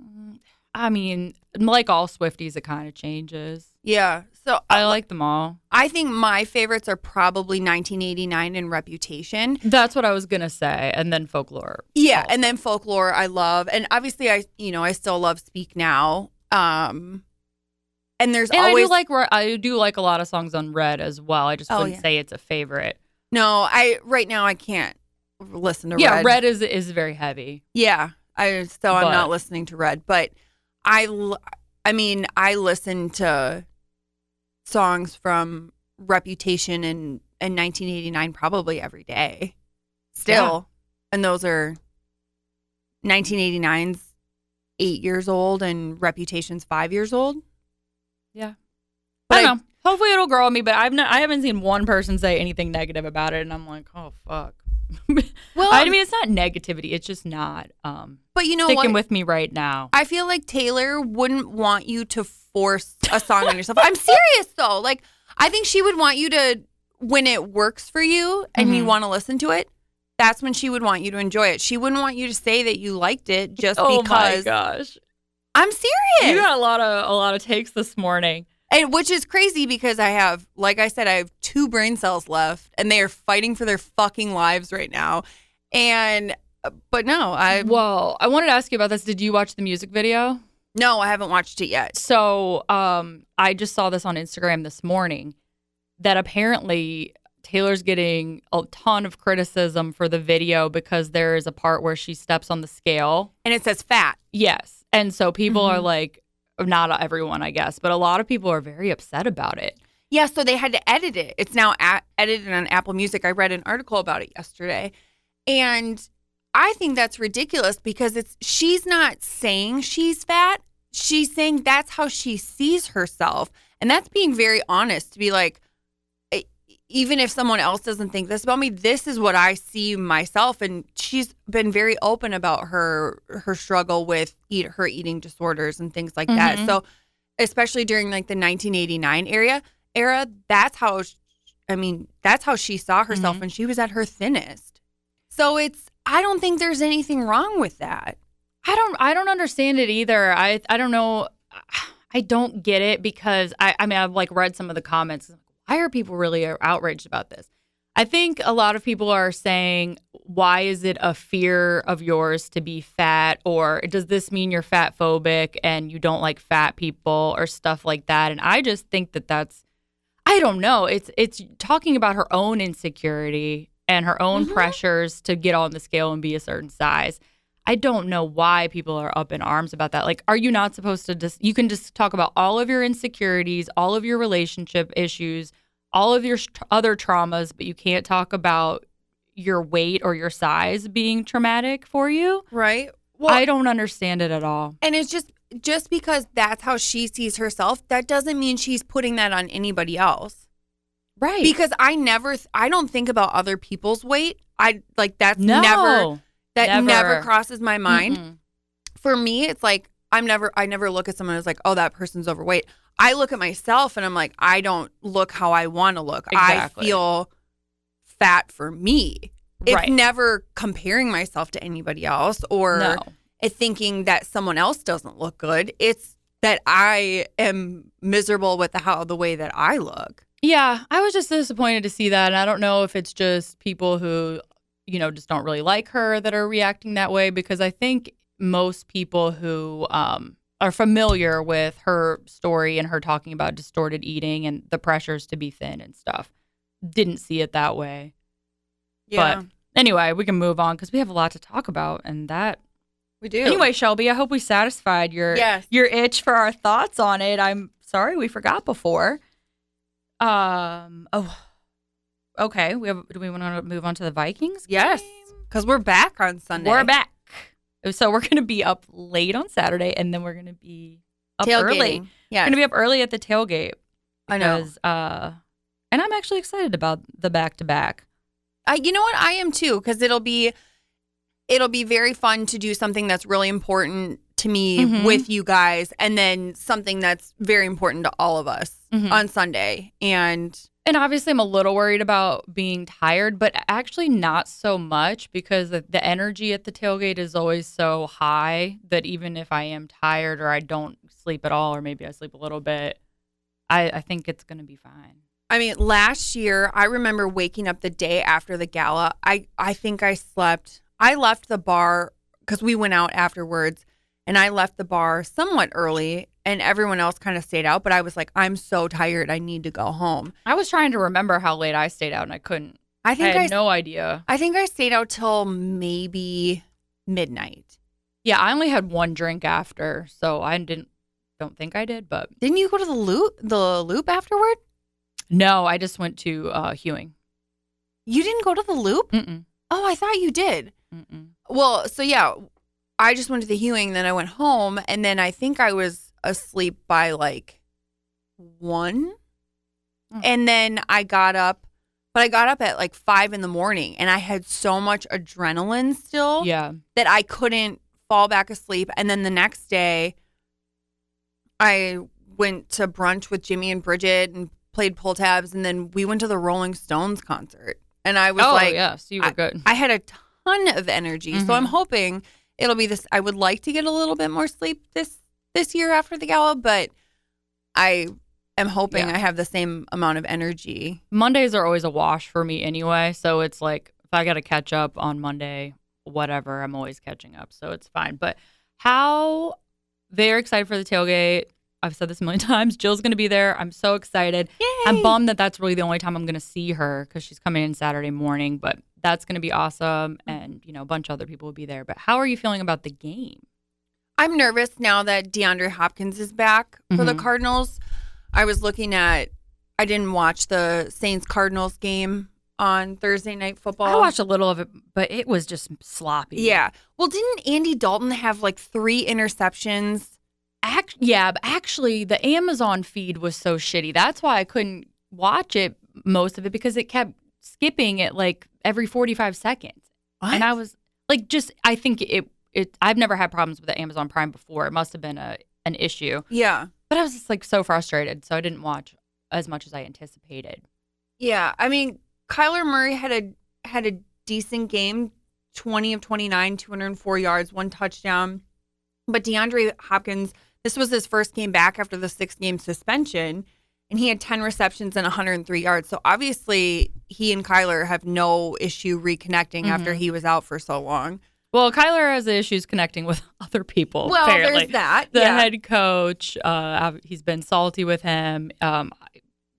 [SPEAKER 2] Mm, I mean, like all Swifties, it kind of changes.
[SPEAKER 1] Yeah. So
[SPEAKER 2] I like them all.
[SPEAKER 1] I think my favorites are probably 1989 and Reputation.
[SPEAKER 2] That's what I was gonna say, and then folklore.
[SPEAKER 1] Yeah, and then folklore I love, and obviously I you know I still love Speak Now. Um, and there's
[SPEAKER 2] And I
[SPEAKER 1] always
[SPEAKER 2] do like re- I do like a lot of songs on Red as well. I just
[SPEAKER 1] Oh,
[SPEAKER 2] wouldn't
[SPEAKER 1] yeah.
[SPEAKER 2] say it's a favorite.
[SPEAKER 1] no I right now I can't listen to
[SPEAKER 2] yeah,
[SPEAKER 1] Red.
[SPEAKER 2] Red is is very heavy.
[SPEAKER 1] Yeah, I so I'm
[SPEAKER 2] But-
[SPEAKER 1] not listening to Red, but I l- I mean I listen to songs from Reputation and and 1989 probably every day still, and those are 1989's eight years old and Reputation's five years old.
[SPEAKER 2] Yeah.
[SPEAKER 1] But
[SPEAKER 2] I don't know. Hopefully it'll grow on me, but I've not, I haven't seen one person say anything negative about it, and I'm like, oh fuck. [laughs]
[SPEAKER 1] Well,
[SPEAKER 2] I mean, it's not negativity. It's just not um,
[SPEAKER 1] but you know
[SPEAKER 2] sticking
[SPEAKER 1] what?
[SPEAKER 2] with me right now.
[SPEAKER 1] I feel like Taylor wouldn't want you to force a song on yourself. I'm serious though. Like I think she would want you to when it works for you and you
[SPEAKER 2] Mhm.
[SPEAKER 1] want to listen to it, that's when she would want you to enjoy it. She wouldn't want you to say that you liked it just
[SPEAKER 2] oh my
[SPEAKER 1] because
[SPEAKER 2] gosh,
[SPEAKER 1] I'm
[SPEAKER 2] you
[SPEAKER 1] serious.
[SPEAKER 2] got a lot of a lot of takes this morning.
[SPEAKER 1] And which is crazy because I have like I said I have two brain cells left and they are fighting for their fucking lives right now. And uh, but no, I
[SPEAKER 2] Well, I wanted to ask you about this. Did you watch the music video?
[SPEAKER 1] no, I haven't watched it yet.
[SPEAKER 2] So um, I just saw this on Instagram this morning that apparently Taylor's getting a ton of criticism for the video because there is a part where she steps on the scale.
[SPEAKER 1] And it says fat.
[SPEAKER 2] Yes. And so people are
[SPEAKER 1] Mhm.
[SPEAKER 2] like, not everyone, I guess, but a lot of people are very upset about it.
[SPEAKER 1] Yeah, so they had to edit it. It's now a- edited on Apple Music. I read an article about it yesterday. And I think that's ridiculous because it's she's not saying she's fat. She's saying that's how she sees herself. And that's being very honest to be like e- even if someone else doesn't think this about me, this is what I see myself and she's been very open about her her struggle with eat, her eating disorders and things like that.
[SPEAKER 2] Mhm.
[SPEAKER 1] So especially during like the 1989 area era that's how sh- i mean that's how she saw herself
[SPEAKER 2] Mhm.
[SPEAKER 1] when she was at her thinnest so it's i don't think there's anything wrong with that
[SPEAKER 2] I don't I don't understand it either. I I don't know [sighs] I don't get it because I I mean I've like read some of the comments. Why are people really outraged about this? I think a lot of people are saying why is it a fear of yours to be fat or does this mean you're fat phobic and you don't like fat people or stuff like that and I just think that that's I don't know. It's it's talking about her own insecurity and her own pressures to get on the scale and be a certain size. I don't know why people are up in arms about that. Like, are you not supposed to just, you can just talk about all of your insecurities, all of your relationship issues, all of your sh- other traumas, but you can't talk about your weight or your size being traumatic for you?
[SPEAKER 1] right? Well,
[SPEAKER 2] I don't understand it at all.
[SPEAKER 1] and it's just just because that's how she sees herself, that doesn't mean she's putting that on anybody else.
[SPEAKER 2] Right.
[SPEAKER 1] Because I never, th- I don't think about other people's weight. I like that's
[SPEAKER 2] no,
[SPEAKER 1] never that never.
[SPEAKER 2] never.
[SPEAKER 1] crosses my mind.
[SPEAKER 2] Mm-mm.
[SPEAKER 1] For me, it's like I'm never, I never look at someone who's like, oh, that person's overweight. I look at myself and I'm like, I don't look how I want to look.
[SPEAKER 2] Exactly.
[SPEAKER 1] I feel fat for me. It's
[SPEAKER 2] Right.
[SPEAKER 1] never comparing myself to anybody else or
[SPEAKER 2] No.
[SPEAKER 1] at thinking that someone else doesn't look good. It's that I am miserable with the how the way that I look.
[SPEAKER 2] Yeah, I was just disappointed to see that. And I don't know if it's just people who, you know, just don't really like her that are reacting that way because I think most people who um, are familiar with her story and her talking about distorted eating and the pressures to be thin and stuff didn't see it that way. But anyway, we can move on because we have a lot to talk about and that
[SPEAKER 1] we do.
[SPEAKER 2] Anyway, Shelby, I hope we satisfied your
[SPEAKER 1] Yes.
[SPEAKER 2] your itch for our thoughts on it. I'm sorry we forgot before. Um. Oh. Okay. We have. Do we want to move on to the Vikings?
[SPEAKER 1] yes, because we're back on Sunday.
[SPEAKER 2] We're back. So we're going to be up late on Saturday, and then we're going to be up early.
[SPEAKER 1] Tailgating.
[SPEAKER 2] We're
[SPEAKER 1] Yeah,
[SPEAKER 2] going to be up early at the tailgate.
[SPEAKER 1] I know.
[SPEAKER 2] because, Uh, and I'm actually excited about the back to back.
[SPEAKER 1] I, you know what? I am too, because it'll be, it'll be very fun to do something that's really important to me
[SPEAKER 2] Mhm.
[SPEAKER 1] with you guys, and then something that's very important to all of us
[SPEAKER 2] Mhm.
[SPEAKER 1] on Sunday. And
[SPEAKER 2] And obviously, I'm a little worried about being tired, but actually, not so much because the, the energy at the tailgate is always so high that even if I am tired or I don't sleep at all, or maybe I sleep a little bit, I, I think it's going to be fine.
[SPEAKER 1] I mean, last year I remember waking up the day after the gala. I I think I slept. I left the bar because we went out afterwards, and I left the bar somewhat early, and everyone else kind of stayed out. But I was like, I'm so tired. I need to go home.
[SPEAKER 2] I was trying to remember how late I stayed out and I couldn't.
[SPEAKER 1] I
[SPEAKER 2] I,
[SPEAKER 1] think
[SPEAKER 2] had
[SPEAKER 1] I
[SPEAKER 2] no idea.
[SPEAKER 1] I think I stayed out till maybe midnight.
[SPEAKER 2] Yeah, I only had one drink after, so I didn't. Don't think I did, but
[SPEAKER 1] Didn't you go to the loop the loop afterward?
[SPEAKER 2] no, I just went to uh, Hewing.
[SPEAKER 1] You didn't go to the loop?
[SPEAKER 2] Mm-mm,
[SPEAKER 1] Oh, I thought you did.
[SPEAKER 2] mm-mm.
[SPEAKER 1] Well, so yeah, I just went to the Hewing, then I went home, and then I think I was asleep by like one.
[SPEAKER 2] Mm.
[SPEAKER 1] And then I got up, but I got up at like five in the morning and I had so much adrenaline still
[SPEAKER 2] Yeah,
[SPEAKER 1] that I couldn't fall back asleep. And then the next day, I went to brunch with Jimmy and Bridget and played pull tabs. And then we went to the Rolling Stones concert. And I was
[SPEAKER 2] oh
[SPEAKER 1] like,
[SPEAKER 2] yeah, so you were good.
[SPEAKER 1] I had a ton of energy. So I'm
[SPEAKER 2] Mhm.
[SPEAKER 1] hoping it'll be this. I would like to get a little bit more sleep this this year after the gala, but I am hoping
[SPEAKER 2] Yeah.
[SPEAKER 1] I have the same amount of energy.
[SPEAKER 2] Mondays are always a wash for me anyway. So it's like if I got to catch up on Monday, whatever, I'm always catching up. So it's fine. But how they're excited for the tailgate. I've said this a million [laughs] times. Jill's going to be there. I'm so excited. I'm bummed that that's really the only time I'm going to see her because she's coming in Saturday morning, but that's going to be awesome. And, you know, a bunch of other people will be there. But how are you feeling about the game?
[SPEAKER 1] I'm nervous now that DeAndre Hopkins is back for the
[SPEAKER 2] Mhm.
[SPEAKER 1] Cardinals. I was looking at. I didn't watch the Saints Cardinals game on Thursday Night Football.
[SPEAKER 2] I watched a little of it, but it was just sloppy.
[SPEAKER 1] Yeah. Well, didn't Andy Dalton have like three interceptions?
[SPEAKER 2] act yeah but actually the amazon feed was so shitty that's why i couldn't watch it most of it because it kept skipping it like every 45 seconds
[SPEAKER 1] What?
[SPEAKER 2] and i was like just i think it it i've never had problems with the amazon prime before it must have been a an issue
[SPEAKER 1] Yeah.
[SPEAKER 2] but i was just like so frustrated so i didn't watch as much as i anticipated
[SPEAKER 1] Yeah, I mean, Kyler Murray had a had a decent game, twenty of twenty nine, two hundred and four yards, one touchdown. But DeAndre Hopkins, this was his first game back after the six game suspension, and he had ten receptions and one hundred and three yards. So obviously, he and Kyler have no issue reconnecting
[SPEAKER 2] Mm-hmm.
[SPEAKER 1] after he was out for so long.
[SPEAKER 2] well kyler has issues connecting with [laughs] other people
[SPEAKER 1] Well,
[SPEAKER 2] apparently.
[SPEAKER 1] there's that.
[SPEAKER 2] the
[SPEAKER 1] yeah.
[SPEAKER 2] head coach. Uh, ob- he's been salty with him. Um,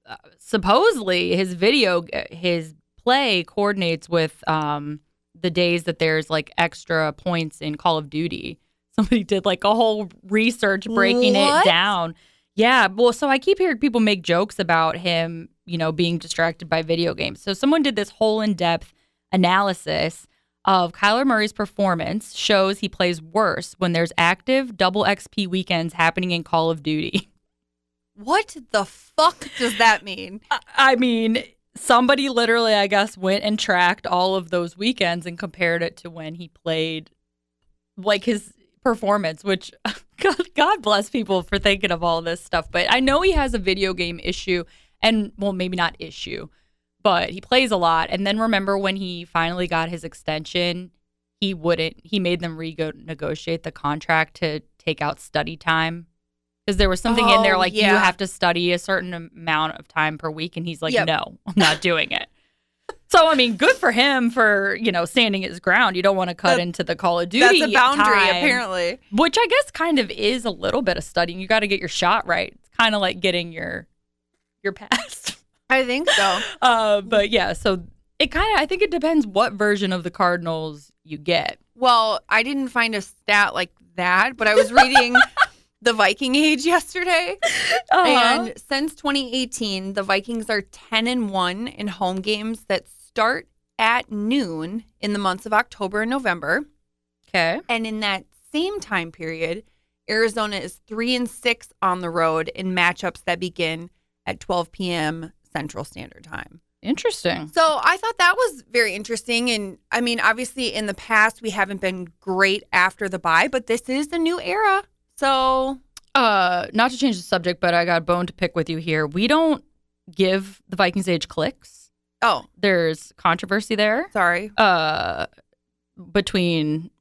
[SPEAKER 2] uh, supposedly, his video, his play coordinates with um, the days that there's like extra points in Call of Duty. [laughs] Somebody did like a whole research breaking
[SPEAKER 1] What?
[SPEAKER 2] it down. Yeah, well, so I keep hearing people make jokes about him, you know, being distracted by video games. So someone did this whole in-depth analysis of Kyler Murray's performance shows he plays worse when there's active double XP weekends happening in Call of Duty. [laughs]
[SPEAKER 1] What the fuck does that mean?
[SPEAKER 2] I- I mean, somebody literally, I guess, went and tracked all of those weekends and compared it to when he played, like his performance. Which [laughs] God, God bless people for thinking of all this stuff. But I know he has a video game issue, and well, maybe not issue, but he plays a lot. And then remember when he finally got his extension, he wouldn't. He made them re negotiate the contract to take out study time. Because there was something in there
[SPEAKER 1] Oh,
[SPEAKER 2] like you
[SPEAKER 1] yeah.
[SPEAKER 2] have to study a certain amount of time per week, and he's like,
[SPEAKER 1] Yep.
[SPEAKER 2] "No, I'm not doing it." So I mean, good for him for you know standing his ground. You don't want to cut
[SPEAKER 1] That-
[SPEAKER 2] into the Call of Duty
[SPEAKER 1] That's a boundary,
[SPEAKER 2] time,
[SPEAKER 1] apparently.
[SPEAKER 2] which I guess kind of is a little bit of studying. You got to get your shot right. It's kind of like getting your your pass. [laughs]
[SPEAKER 1] I think so.
[SPEAKER 2] Uh, but yeah, so it kind of I think it depends what version of the Cardinals you get.
[SPEAKER 1] Well, I didn't find a stat like that, but I was reading the Viking Age yesterday,
[SPEAKER 2] Uh-huh.
[SPEAKER 1] and since 2018, the Vikings are 10 and 1 in home games that start at noon in the months of October and November.
[SPEAKER 2] okay,
[SPEAKER 1] And in that same time period, Arizona is 3 and 6 on the road in matchups that begin at 12 p.m. Central Standard Time.
[SPEAKER 2] interesting.
[SPEAKER 1] So I thought that was very interesting. And I mean, obviously, in the past, we haven't been great after the bye, but this is the new era. So
[SPEAKER 2] Uh, not to change the subject, but I got a bone to pick with you here. We don't give the Vikings age clicks.
[SPEAKER 1] Oh,
[SPEAKER 2] There's controversy there.
[SPEAKER 1] sorry.
[SPEAKER 2] uh, between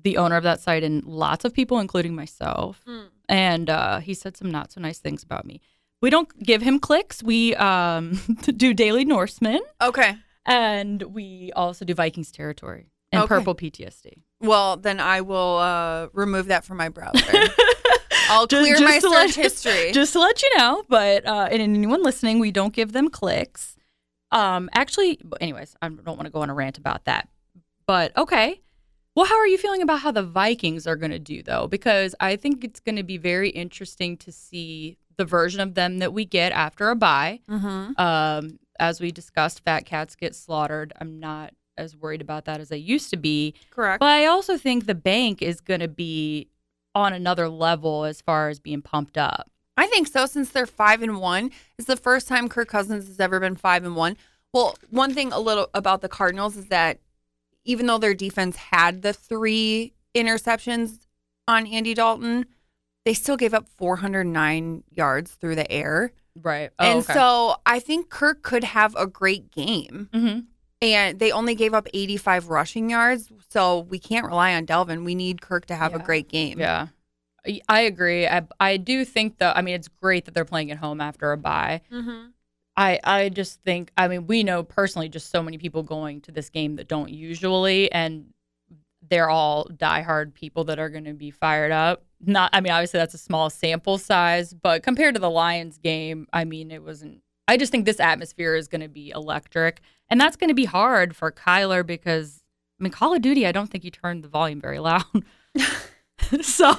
[SPEAKER 2] the owner of that site and lots of people, including myself. And uh, he said some not so nice things about me. We don't give him clicks. We um, [laughs] do Daily Norseman
[SPEAKER 1] Okay.
[SPEAKER 2] and we also do Vikings Territory and
[SPEAKER 1] Okay.
[SPEAKER 2] Purple PTSD.
[SPEAKER 1] Well, then I will uh, remove that from my
[SPEAKER 2] [laughs]
[SPEAKER 1] browser. I'll
[SPEAKER 2] Ju-
[SPEAKER 1] clear my
[SPEAKER 2] to let-
[SPEAKER 1] search history.
[SPEAKER 2] [laughs] Just to let you know, but uh, and anyone listening, we don't give them clicks. Um, actually, anyways, I don't want to go on a rant about that. But okay, well, how are you feeling about how the Vikings are going to do though? Because I think it's going to be very interesting to see the version of them that we get after a bye.
[SPEAKER 1] Mhm.
[SPEAKER 2] Um, as we discussed, fat cats get slaughtered. I'm not as worried about that as I used to be.
[SPEAKER 1] Correct.
[SPEAKER 2] But I also think the bank is going to be on another level as far as being pumped up.
[SPEAKER 1] I think so. Since they're five and one, it's the first time Kirk Cousins has ever been five and one. Well, one thing a little about the Cardinals is that even though their defense had the three interceptions on Andy Dalton, they still gave up 409 yards through the air.
[SPEAKER 2] Right.
[SPEAKER 1] and so I think Kirk could have a great game.
[SPEAKER 2] hmm
[SPEAKER 1] And they only gave up 85 rushing yards. So we can't rely on Delvin. We need Kirk to have a
[SPEAKER 2] Yeah.
[SPEAKER 1] great game.
[SPEAKER 2] yeah, I- I agree. I I do think though. I mean, it's great that they're playing at home after a bye.
[SPEAKER 1] Mm-hmm.
[SPEAKER 2] I I just think. I mean, we know personally just so many people going to this game that don't usually, and they're all diehard people that are going to be fired up. Not. I mean, obviously that's a small sample size, but compared to the Lions game, I mean, it wasn't. I just think this atmosphere is going to be electric, and that's going to be hard for Kyler because I mean, Call of Duty. I don't think you turned the volume very loud. [laughs] so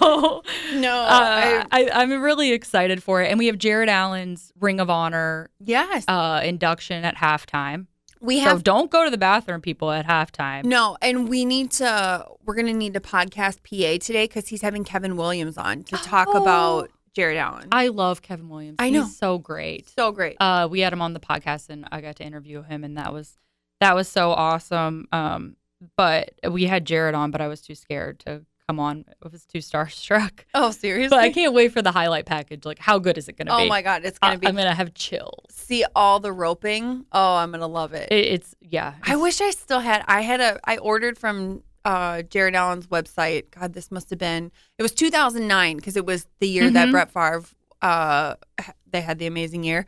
[SPEAKER 1] No.
[SPEAKER 2] uh,
[SPEAKER 1] I,
[SPEAKER 2] I, I'm really excited for it. And we have Jared Allen's Ring of Honor
[SPEAKER 1] yes.
[SPEAKER 2] uh, induction at halftime.
[SPEAKER 1] we
[SPEAKER 2] So
[SPEAKER 1] have
[SPEAKER 2] don't go to the bathroom, people, at halftime.
[SPEAKER 1] No, and we need to. We're gonna need to podcast PA today because he's having Kevin Williams on to talk
[SPEAKER 2] Oh.
[SPEAKER 1] about Jared Allen.
[SPEAKER 2] I love Kevin Williams.
[SPEAKER 1] I know.
[SPEAKER 2] He's so great.
[SPEAKER 1] so great.
[SPEAKER 2] Uh, we had him on the podcast, and I got to interview him, and that was that was so awesome. Um, but we had Jared on, but I was too scared to come on. I was too starstruck.
[SPEAKER 1] oh, seriously?
[SPEAKER 2] [laughs] But I can't wait for the highlight package. Like, how good is it going to
[SPEAKER 1] oh
[SPEAKER 2] be?
[SPEAKER 1] my god, it's gonna
[SPEAKER 2] I-
[SPEAKER 1] be.
[SPEAKER 2] I'm gonna have chills.
[SPEAKER 1] see all the roping. Oh, I'm gonna love it.
[SPEAKER 2] It, it's yeah.
[SPEAKER 1] I wish I still had. I had a. I ordered from uh, Jared Allen's website. God, this must have been. It was 2009 because it was the year that
[SPEAKER 2] Mhm.
[SPEAKER 1] Brett Favre. Uh, ha- they had the amazing year.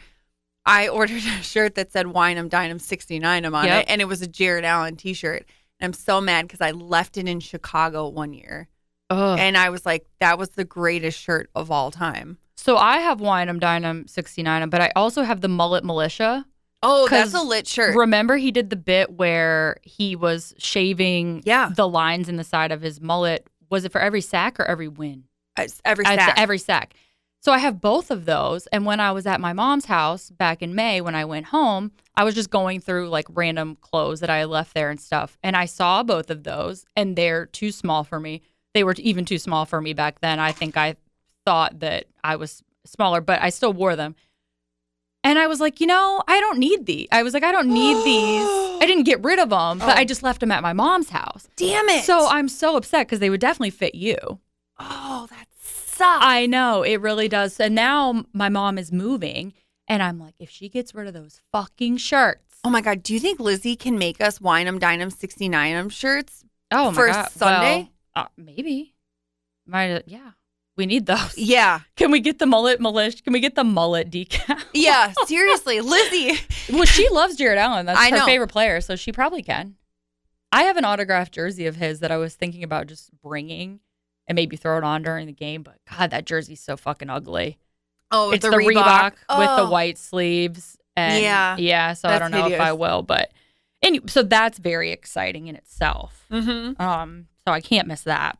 [SPEAKER 1] I [laughs] ordered a shirt that said "Wine 'em, Dine 'em, 69 'em" on
[SPEAKER 2] Yep.
[SPEAKER 1] it, and it was a Jared Allen T-shirt. And I'm so mad because I left it in Chicago one year,
[SPEAKER 2] Ugh.
[SPEAKER 1] and I was like, "That was the greatest shirt of all time."
[SPEAKER 2] So I have Winum Dinum 69, but I also have the Mullet Militia.
[SPEAKER 1] Oh, that's
[SPEAKER 2] 'Cause
[SPEAKER 1] a lit shirt.
[SPEAKER 2] Remember, he did the bit where he was shaving
[SPEAKER 1] Yeah.
[SPEAKER 2] the lines in the side of his mullet. Was it for every sack or every win?
[SPEAKER 1] It's every
[SPEAKER 2] It's
[SPEAKER 1] sack.
[SPEAKER 2] every sack. So I have both of those. And when I was at my mom's house back in May, when I went home, I was just going through like random clothes that I left there and stuff. And I saw both of those, and they're too small for me. They were even too small for me back then. I think I thought that I was smaller, but I still wore them. And I was like, you know, I don't need these. I was like, I don't need these. I didn't get rid of them, but I just left them at my mom's house.
[SPEAKER 1] Damn it.
[SPEAKER 2] So I'm so upset because they would definitely fit you.
[SPEAKER 1] oh, that sucks.
[SPEAKER 2] I know it really does. And now my mom is moving, and I'm like, if she gets rid of those fucking shirts,
[SPEAKER 1] oh my god. Do you think Lizzie can make us wine 'em, dine 'em, 69 'em shirts?
[SPEAKER 2] oh
[SPEAKER 1] For Sunday?
[SPEAKER 2] well, uh, maybe, might yeah, we need those.
[SPEAKER 1] Yeah.
[SPEAKER 2] [laughs] Can we get the mullet milish? Can we get the mullet decal?
[SPEAKER 1] Yeah. seriously, Lizzie.
[SPEAKER 2] [laughs]
[SPEAKER 1] [laughs]
[SPEAKER 2] well, she loves Jared Allen. That's
[SPEAKER 1] I
[SPEAKER 2] her
[SPEAKER 1] know.
[SPEAKER 2] favorite player, so she probably can. I have an autographed jersey of his that I was thinking about just bringing and maybe throw it on during the game. But God, that jersey's so fucking ugly.
[SPEAKER 1] Oh,
[SPEAKER 2] it's the, Reebok, with
[SPEAKER 1] Oh.
[SPEAKER 2] the white sleeves. And
[SPEAKER 1] Yeah.
[SPEAKER 2] yeah. Yeah. So I
[SPEAKER 1] That's
[SPEAKER 2] don't know if I
[SPEAKER 1] hideous.
[SPEAKER 2] will, but and so that's very exciting in itself.
[SPEAKER 1] Mhm.
[SPEAKER 2] Um, so I can't miss that.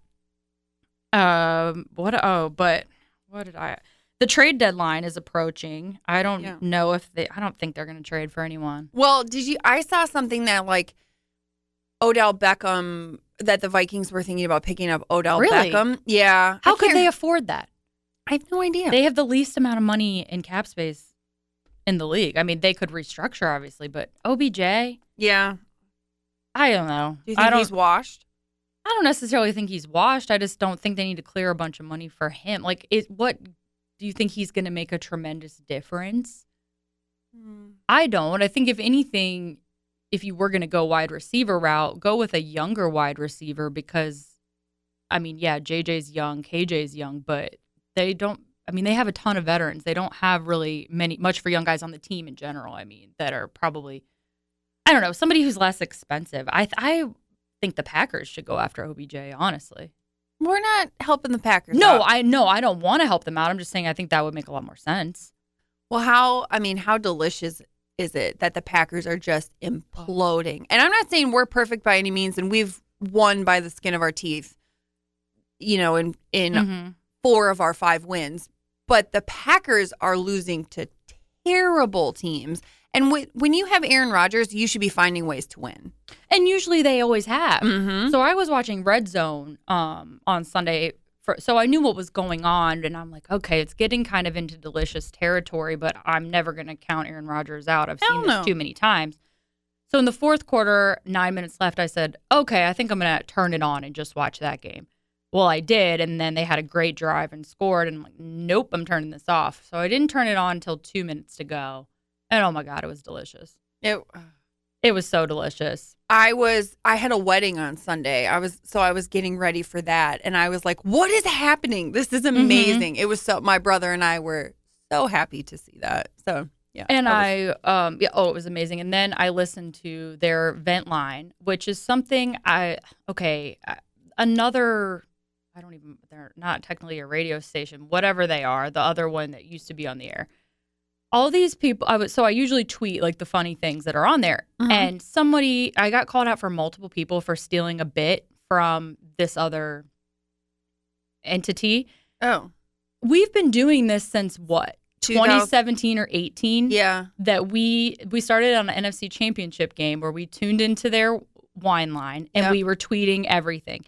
[SPEAKER 2] Um, what? Oh, but what did I? The trade deadline is approaching. I don't
[SPEAKER 1] Yeah.
[SPEAKER 2] know if they. I don't think they're going to trade for anyone.
[SPEAKER 1] Well, did you? I saw something that like Odell Beckham that the Vikings were thinking about picking up Odell
[SPEAKER 2] Really?
[SPEAKER 1] Beckham. Yeah.
[SPEAKER 2] How
[SPEAKER 1] I
[SPEAKER 2] could
[SPEAKER 1] can't-
[SPEAKER 2] they afford that?
[SPEAKER 1] I have no idea.
[SPEAKER 2] They have the least amount of money in cap space in the league. I mean, they could restructure, obviously, but OBJ. I
[SPEAKER 1] yeah.
[SPEAKER 2] don't know.
[SPEAKER 1] Do you
[SPEAKER 2] I
[SPEAKER 1] think
[SPEAKER 2] don't.
[SPEAKER 1] he's washed?
[SPEAKER 2] I don't necessarily think he's washed. I just don't think they need to clear a bunch of money for him. Like, it, what do you think he's going to make a tremendous difference? I don't. I think if anything, if you were going to go wide receiver route, go with a younger wide receiver because, I mean, yeah, JJ's young, KJ's young, but they don't. I mean, they have a ton of veterans. They don't have really many much for young guys on the team in general. I mean, that are probably, I don't know, somebody who's less expensive. I I think the Packers should go after OBJ. Honestly,
[SPEAKER 1] We're not helping the Packers.
[SPEAKER 2] no,
[SPEAKER 1] out.
[SPEAKER 2] I no, I don't want to help them out. I'm just saying I think that would make a lot more sense.
[SPEAKER 1] Well, how I mean, how delicious is it that the Packers are just imploding? And I'm not saying we're perfect by any means, and we've won by the skin of our teeth, you know, in in
[SPEAKER 2] Mhm.
[SPEAKER 1] four of our five wins. But the Packers are losing to terrible teams, and when when you have Aaron Rodgers, you should be finding ways to win.
[SPEAKER 2] and usually they always have.
[SPEAKER 1] Mhm.
[SPEAKER 2] So I was watching Red Zone um, on Sunday, for, so I knew what was going on, and I'm like, okay, it's getting kind of into delicious territory, but I'm never going to count Aaron Rodgers out. I've
[SPEAKER 1] Hell
[SPEAKER 2] seen
[SPEAKER 1] no.
[SPEAKER 2] this too many times. So in the fourth quarter, nine minutes left, I said, okay, I think I'm going to turn it on and just watch that game. Well, I did, and then they had a great drive and scored, and I'm like, nope, I'm turning this off. So I didn't turn it on until two minutes to go, and oh my god, it was delicious.
[SPEAKER 1] It,
[SPEAKER 2] It was so delicious.
[SPEAKER 1] I was I had a wedding on Sunday. I was so I was getting ready for that and I was like, "What is happening? This
[SPEAKER 2] Mm-hmm.
[SPEAKER 1] is amazing." It was so my brother and I were so happy to see that. So, yeah.
[SPEAKER 2] And
[SPEAKER 1] that was-
[SPEAKER 2] I, um, yeah, oh, it was amazing. And then I listened to their vent line, which is something I, okay, I- another, I don't even, they're not technically a radio station, whatever they are, the other one that used to be on the air. All these people, I was, so I usually tweet like the funny things that are on there.
[SPEAKER 1] Mhm.
[SPEAKER 2] And somebody, I got called out for multiple people for stealing a bit from this other entity.
[SPEAKER 1] Oh,
[SPEAKER 2] We've been doing this since what?
[SPEAKER 1] 2000
[SPEAKER 2] 2017 or 18?
[SPEAKER 1] yeah.
[SPEAKER 2] that we we started on an NFC championship game where we tuned into their wine line and
[SPEAKER 1] Yep.
[SPEAKER 2] we were tweeting everything.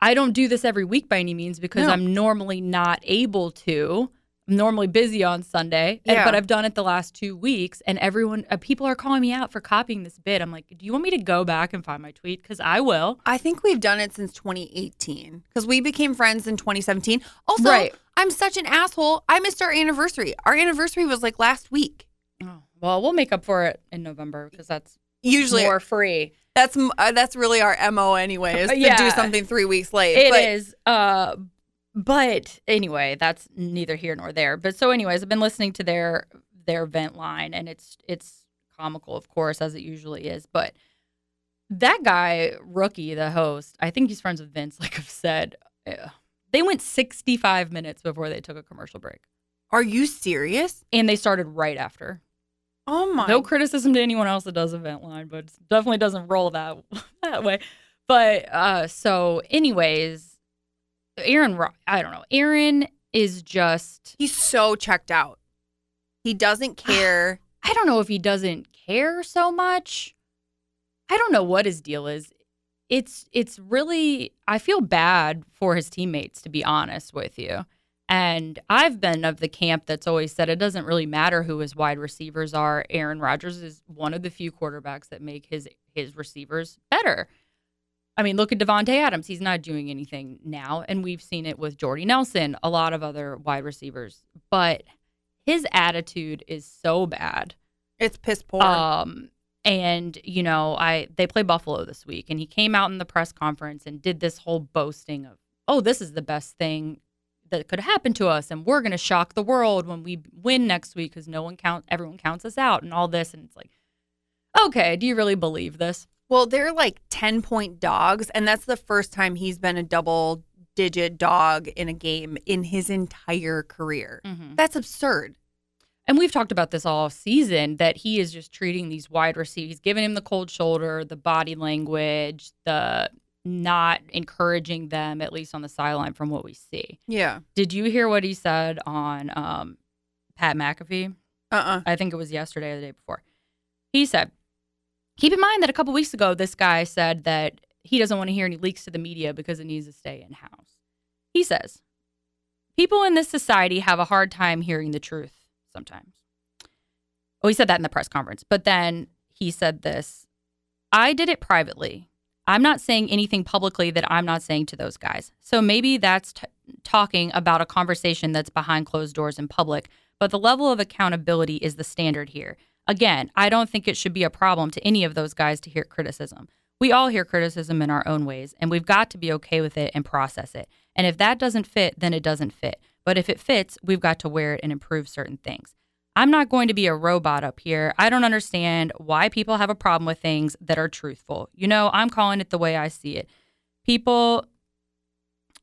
[SPEAKER 2] I don't do this every week by any means because
[SPEAKER 1] No.
[SPEAKER 2] I'm normally not able to. I'm normally busy on Sunday, and-
[SPEAKER 1] Yeah.
[SPEAKER 2] but I've done it the last two weeks, and everyone, uh, people are calling me out for copying this bid. I'm like, do you want me to go back and find my tweet? Because I will.
[SPEAKER 1] I think we've done it since 2018 cuz we became friends in 2017. Also,
[SPEAKER 2] Right.
[SPEAKER 1] I'm such an asshole. I missed our anniversary. Our anniversary was like last week.
[SPEAKER 2] Oh, well, we'll make up for it in November because that's
[SPEAKER 1] Usually
[SPEAKER 2] more free.
[SPEAKER 1] that's m- uh, that's really our MO anyway is to
[SPEAKER 2] Yeah.
[SPEAKER 1] do something 3 weeks late.
[SPEAKER 2] It is,
[SPEAKER 1] but
[SPEAKER 2] Uh, but anyway, that's neither here nor there. But so, anyways, I've been listening to their their vent line, and it's it's comical, of course, as it usually is. But that guy, rookie, the host, I think he's friends with Vince. [laughs] Like I've said, Ugh. they went sixty five minutes before they took a commercial break,
[SPEAKER 1] Are you serious?
[SPEAKER 2] and they started right after.
[SPEAKER 1] Oh my.
[SPEAKER 2] No criticism to anyone else that does event line, but it definitely doesn't roll that [laughs] that way. But uh so anyways, Aaron Ro- I don't know. Aaron is just
[SPEAKER 1] He's so checked out. He doesn't care.
[SPEAKER 2] I don't know if he doesn't care so much. I don't know what his deal is. It's it's really I feel bad for his teammates to be honest with you. And I've been of the camp that's always said it doesn't really matter who his wide receivers are. Aaron Rodgers is one of the few quarterbacks that make his his receivers better. I mean, look at Devonte Adams. He's not doing anything now, and we've seen it with Jordy Nelson, a lot of other wide receivers. But his attitude is so bad.
[SPEAKER 1] it's piss poor.
[SPEAKER 2] Um, and you know, I they play Buffalo this week, and he came out in the press conference and did this whole boasting of, "Oh, this is the best thing that could happen to us, and we're going to shock the world when we win next week because no one count, everyone counts us out, and all this." And it's like, okay, do you really believe this?
[SPEAKER 1] well, they're like 10 point dogs, and that's the first time he's been a double digit dog in a game in his entire career.
[SPEAKER 2] Mhm.
[SPEAKER 1] That's absurd.
[SPEAKER 2] And we've talked about this all season that he is just treating these wide receivers. He's giving him the cold shoulder, the body language, the not encouraging them, at least on the sideline, from what we see.
[SPEAKER 1] Yeah.
[SPEAKER 2] Did you hear what he said on um, Pat McAfee?
[SPEAKER 1] Uh uh
[SPEAKER 2] I think it was yesterday or the day before. He said, Keep in mind that a couple weeks ago, this guy said that he doesn't want to hear any leaks to the media because it needs to stay in house. He says, People in this society have a hard time hearing the truth sometimes. Well, he said that in the press conference, but then he said this I did it privately. I'm not saying anything publicly that I'm not saying to those guys. So maybe that's t- talking about a conversation that's behind closed doors in public, but the level of accountability is the standard here. Again, I don't think it should be a problem to any of those guys to hear criticism. We all hear criticism in our own ways, and we've got to be okay with it and process it. And if that doesn't fit, then it doesn't fit. But if it fits, we've got to wear it and improve certain things. I'm not going to be a robot up here. I don't understand why people have a problem with things that are truthful. You know, I'm calling it the way I see it. People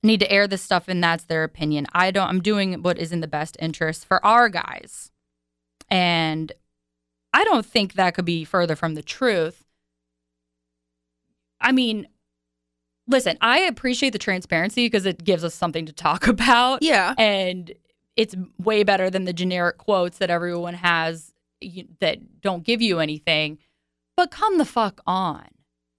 [SPEAKER 2] need to air this stuff and that's their opinion. I don't I'm doing what is in the best interest for our guys. And I don't think that could be further from the truth. I mean, listen, I appreciate the transparency because it gives us something to talk [laughs] about
[SPEAKER 1] Yeah.
[SPEAKER 2] and it's way better than the generic quotes that everyone has you- that don't give you anything. But come the fuck on.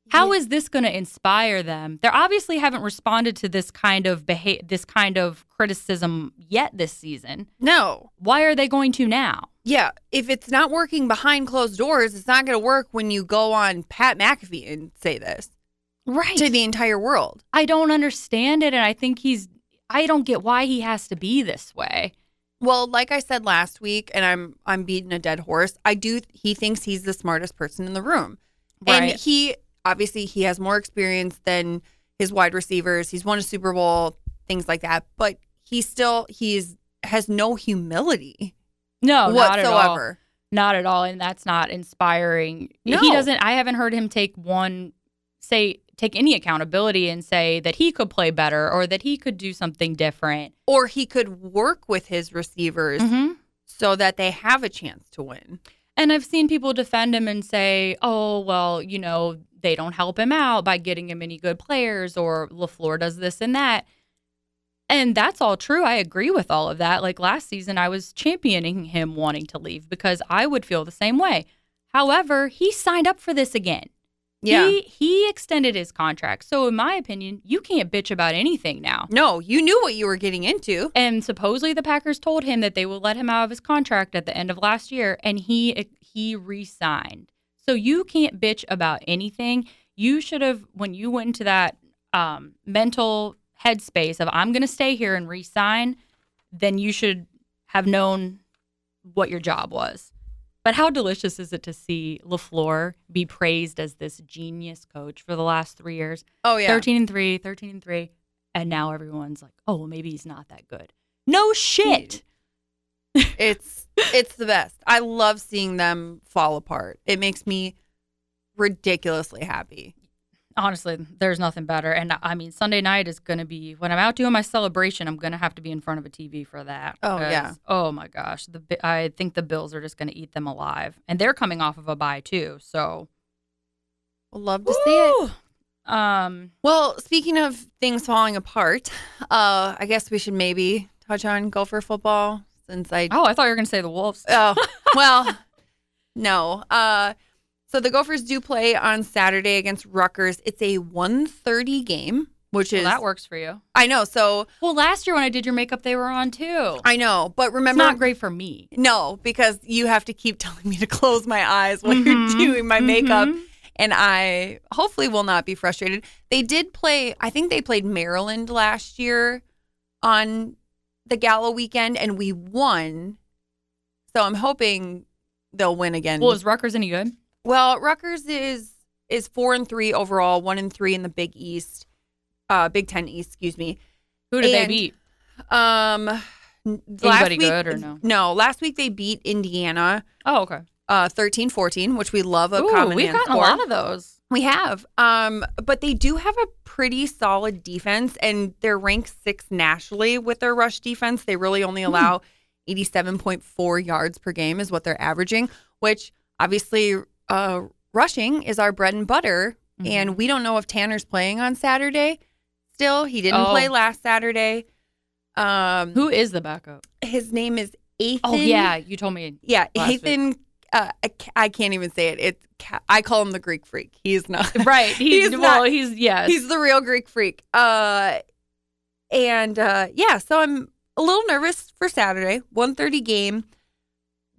[SPEAKER 2] How is this going to inspire them? They obviously haven't responded to this kind of beha- this kind of criticism yet this season.
[SPEAKER 1] No.
[SPEAKER 2] Why are they going to now?
[SPEAKER 1] Yeah. If it's not working behind closed doors, it's not going to work when you go on Pat McAfee and say this
[SPEAKER 2] Right.
[SPEAKER 1] to the entire world.
[SPEAKER 2] I don't understand it and I think he's I don't get why he has to be this way.
[SPEAKER 1] Well, like I said last week, and I'm I'm beating a dead horse. I do. He thinks he's the smartest person in the room,
[SPEAKER 2] Right.
[SPEAKER 1] and he obviously he has more experience than his wide receivers. He's won a Super Bowl, things like that. But he still he's has no humility
[SPEAKER 2] No, Oh, not at all.
[SPEAKER 1] whatsoever.
[SPEAKER 2] not at all and that's not inspiring he
[SPEAKER 1] No.
[SPEAKER 2] doesn't i haven't heard him take one say take any accountability and say that he could play better or that he could do something different
[SPEAKER 1] Or he could work with his receivers
[SPEAKER 2] Mm-hmm.
[SPEAKER 1] so that they have a chance to win.
[SPEAKER 2] and i've seen people defend him and say oh well you know they don't help him out by getting him any good players or lafleur does this and that and that's all true i agree with all of that like last season i was championing him wanting to leave because i would feel the same way however he signed up for this again
[SPEAKER 1] Yeah.
[SPEAKER 2] He, he extended his contract. So, in my opinion, you can't bitch about anything now.
[SPEAKER 1] no, you knew what you were getting into.
[SPEAKER 2] And supposedly the Packers told him that they will let him out of his contract at the end of last year, and he he re-signed. So you can't bitch about anything. You should have when you went into that um, mental headspace of I'm going to stay here and re-sign. Then you should have known what your job was. But how delicious is it to see LaFleur be praised as this genius coach for the last three years?
[SPEAKER 1] Oh yeah.
[SPEAKER 2] 13 and 3, 13 and 3. And now everyone's like, oh, well, maybe he's not that good. No shit.
[SPEAKER 1] It's it's the best. I love seeing them fall apart. It makes me ridiculously happy.
[SPEAKER 2] honestly, there's nothing better. And I mean, Sunday night is going to be when I'm out doing my celebration. I'm going to have to be in front of a TV for that.
[SPEAKER 1] Oh, yeah.
[SPEAKER 2] 'cause, Oh my gosh, the Bi- I think the Bills are just going to eat them alive, and they're coming off of a bye too. So
[SPEAKER 1] Would love to see it.
[SPEAKER 2] Woo! Um,
[SPEAKER 1] Well, speaking of things falling apart, uh, I guess we should maybe touch on Gopher football since I.
[SPEAKER 2] oh, I thought you were going to say the Wolves.
[SPEAKER 1] [laughs] Oh, well, no. Uh, so the Gophers do play on Saturday against Rutgers. It's a 1.30 game, which
[SPEAKER 2] Well,
[SPEAKER 1] is
[SPEAKER 2] that works for you.
[SPEAKER 1] I know. So
[SPEAKER 2] Well, last year when I did your makeup, they were on too.
[SPEAKER 1] I know, but
[SPEAKER 2] It's
[SPEAKER 1] remember,
[SPEAKER 2] not great for me.
[SPEAKER 1] No, because you have to keep [laughs] telling me to close my eyes while
[SPEAKER 2] Mhm.
[SPEAKER 1] you're doing my makeup.
[SPEAKER 2] Mhm.
[SPEAKER 1] And I hopefully will not be frustrated. They did play, I think they played Maryland last year on the gala weekend and we won. So I'm hoping they'll win again.
[SPEAKER 2] Well, is Rutgers any good?
[SPEAKER 1] Well, Rutgers is is four and three overall, one and three in the Big East, uh, Big Ten East, excuse me.
[SPEAKER 2] Who did they
[SPEAKER 1] And-
[SPEAKER 2] beat?
[SPEAKER 1] Um, n- last
[SPEAKER 2] Anybody
[SPEAKER 1] week,
[SPEAKER 2] good or no?
[SPEAKER 1] No, last week they beat Indiana
[SPEAKER 2] Oh, okay.
[SPEAKER 1] uh, 13, 14, which we love a
[SPEAKER 2] Ooh,
[SPEAKER 1] common
[SPEAKER 2] we've
[SPEAKER 1] man
[SPEAKER 2] gotten a
[SPEAKER 1] score.
[SPEAKER 2] lot of those.
[SPEAKER 1] we have. Um, but they do have a pretty solid defense, and they're ranked sixth nationally with their rush defense. They really only
[SPEAKER 2] Hmm.
[SPEAKER 1] allow 87.4 yards per game is what they're averaging, which obviously uh, rushing is our bread and butter.
[SPEAKER 2] Mhm.
[SPEAKER 1] And we don't know if Tanner's playing on Saturday. Still, he didn't
[SPEAKER 2] Oh.
[SPEAKER 1] play last Saturday. Um,
[SPEAKER 2] Who is the backup?
[SPEAKER 1] his name is Ethan.
[SPEAKER 2] Oh yeah, you told me.
[SPEAKER 1] Yeah,
[SPEAKER 2] last week.
[SPEAKER 1] Ethan. Uh, I ca- I can't even say it. It's ca- I call him the Greek freak. He's not.
[SPEAKER 2] [laughs] Right.
[SPEAKER 1] He's
[SPEAKER 2] He's, well,
[SPEAKER 1] not-
[SPEAKER 2] he's
[SPEAKER 1] [laughs]
[SPEAKER 2] yes.
[SPEAKER 1] He's the real Greek freak. Uh, and uh, yeah, so I'm a little nervous for Saturday. 1:30 game.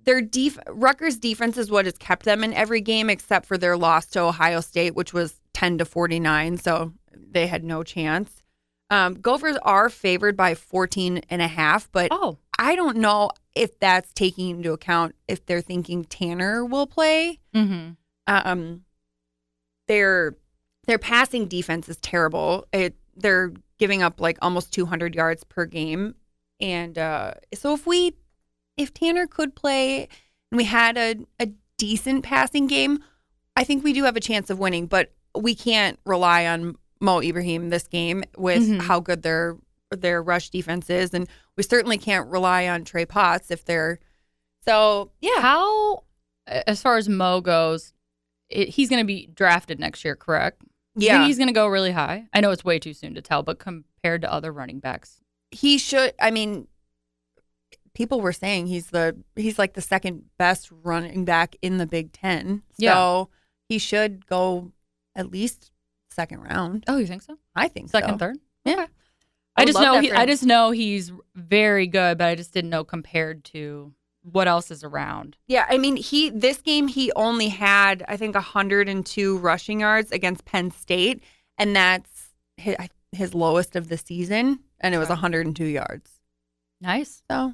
[SPEAKER 1] Their def- Rutgers defense is what has kept them in every game except for their loss to Ohio State, which was 10 to 49. So they had no chance. Um, Gophers are favored by 14 and a half, but
[SPEAKER 2] oh,
[SPEAKER 1] I don't know if that's taking into account if they're thinking Tanner will play.
[SPEAKER 2] mm-hmm.
[SPEAKER 1] Um, their their passing defense is terrible. It they're giving up like almost 200 yards per game, and uh, so if we if Tanner could play and we had a a decent passing game, I think we do have a chance of winning. But we can't rely on Mo Ibrahim this game with
[SPEAKER 2] Mhm.
[SPEAKER 1] how good their their rush defense is, and we certainly can't rely on Trey Potts if they're so yeah.
[SPEAKER 2] How, as far as Mo goes, it, he's going to be drafted next year, correct? You think he's going to go really high. I know it's way too soon to tell, but compared to other running backs,
[SPEAKER 1] he should i mean people were saying he's the he's like the second best running back in the big ten so
[SPEAKER 2] Yeah.
[SPEAKER 1] he should go at least second round
[SPEAKER 2] oh, you think so?
[SPEAKER 1] i think
[SPEAKER 2] Second,
[SPEAKER 1] so.
[SPEAKER 2] third?
[SPEAKER 1] Yeah.
[SPEAKER 2] Okay.
[SPEAKER 1] I
[SPEAKER 2] I,
[SPEAKER 1] would
[SPEAKER 2] just
[SPEAKER 1] love
[SPEAKER 2] know
[SPEAKER 1] that
[SPEAKER 2] he,
[SPEAKER 1] for
[SPEAKER 2] I
[SPEAKER 1] him.
[SPEAKER 2] just know he's very good, but I just didn't know compared to what else is around.
[SPEAKER 1] yeah i mean he this game he only had i think 102 rushing yards against penn state and that's his, his lowest of the season and it was
[SPEAKER 2] Okay.
[SPEAKER 1] 102 yards
[SPEAKER 2] Nice, [laughs]
[SPEAKER 1] so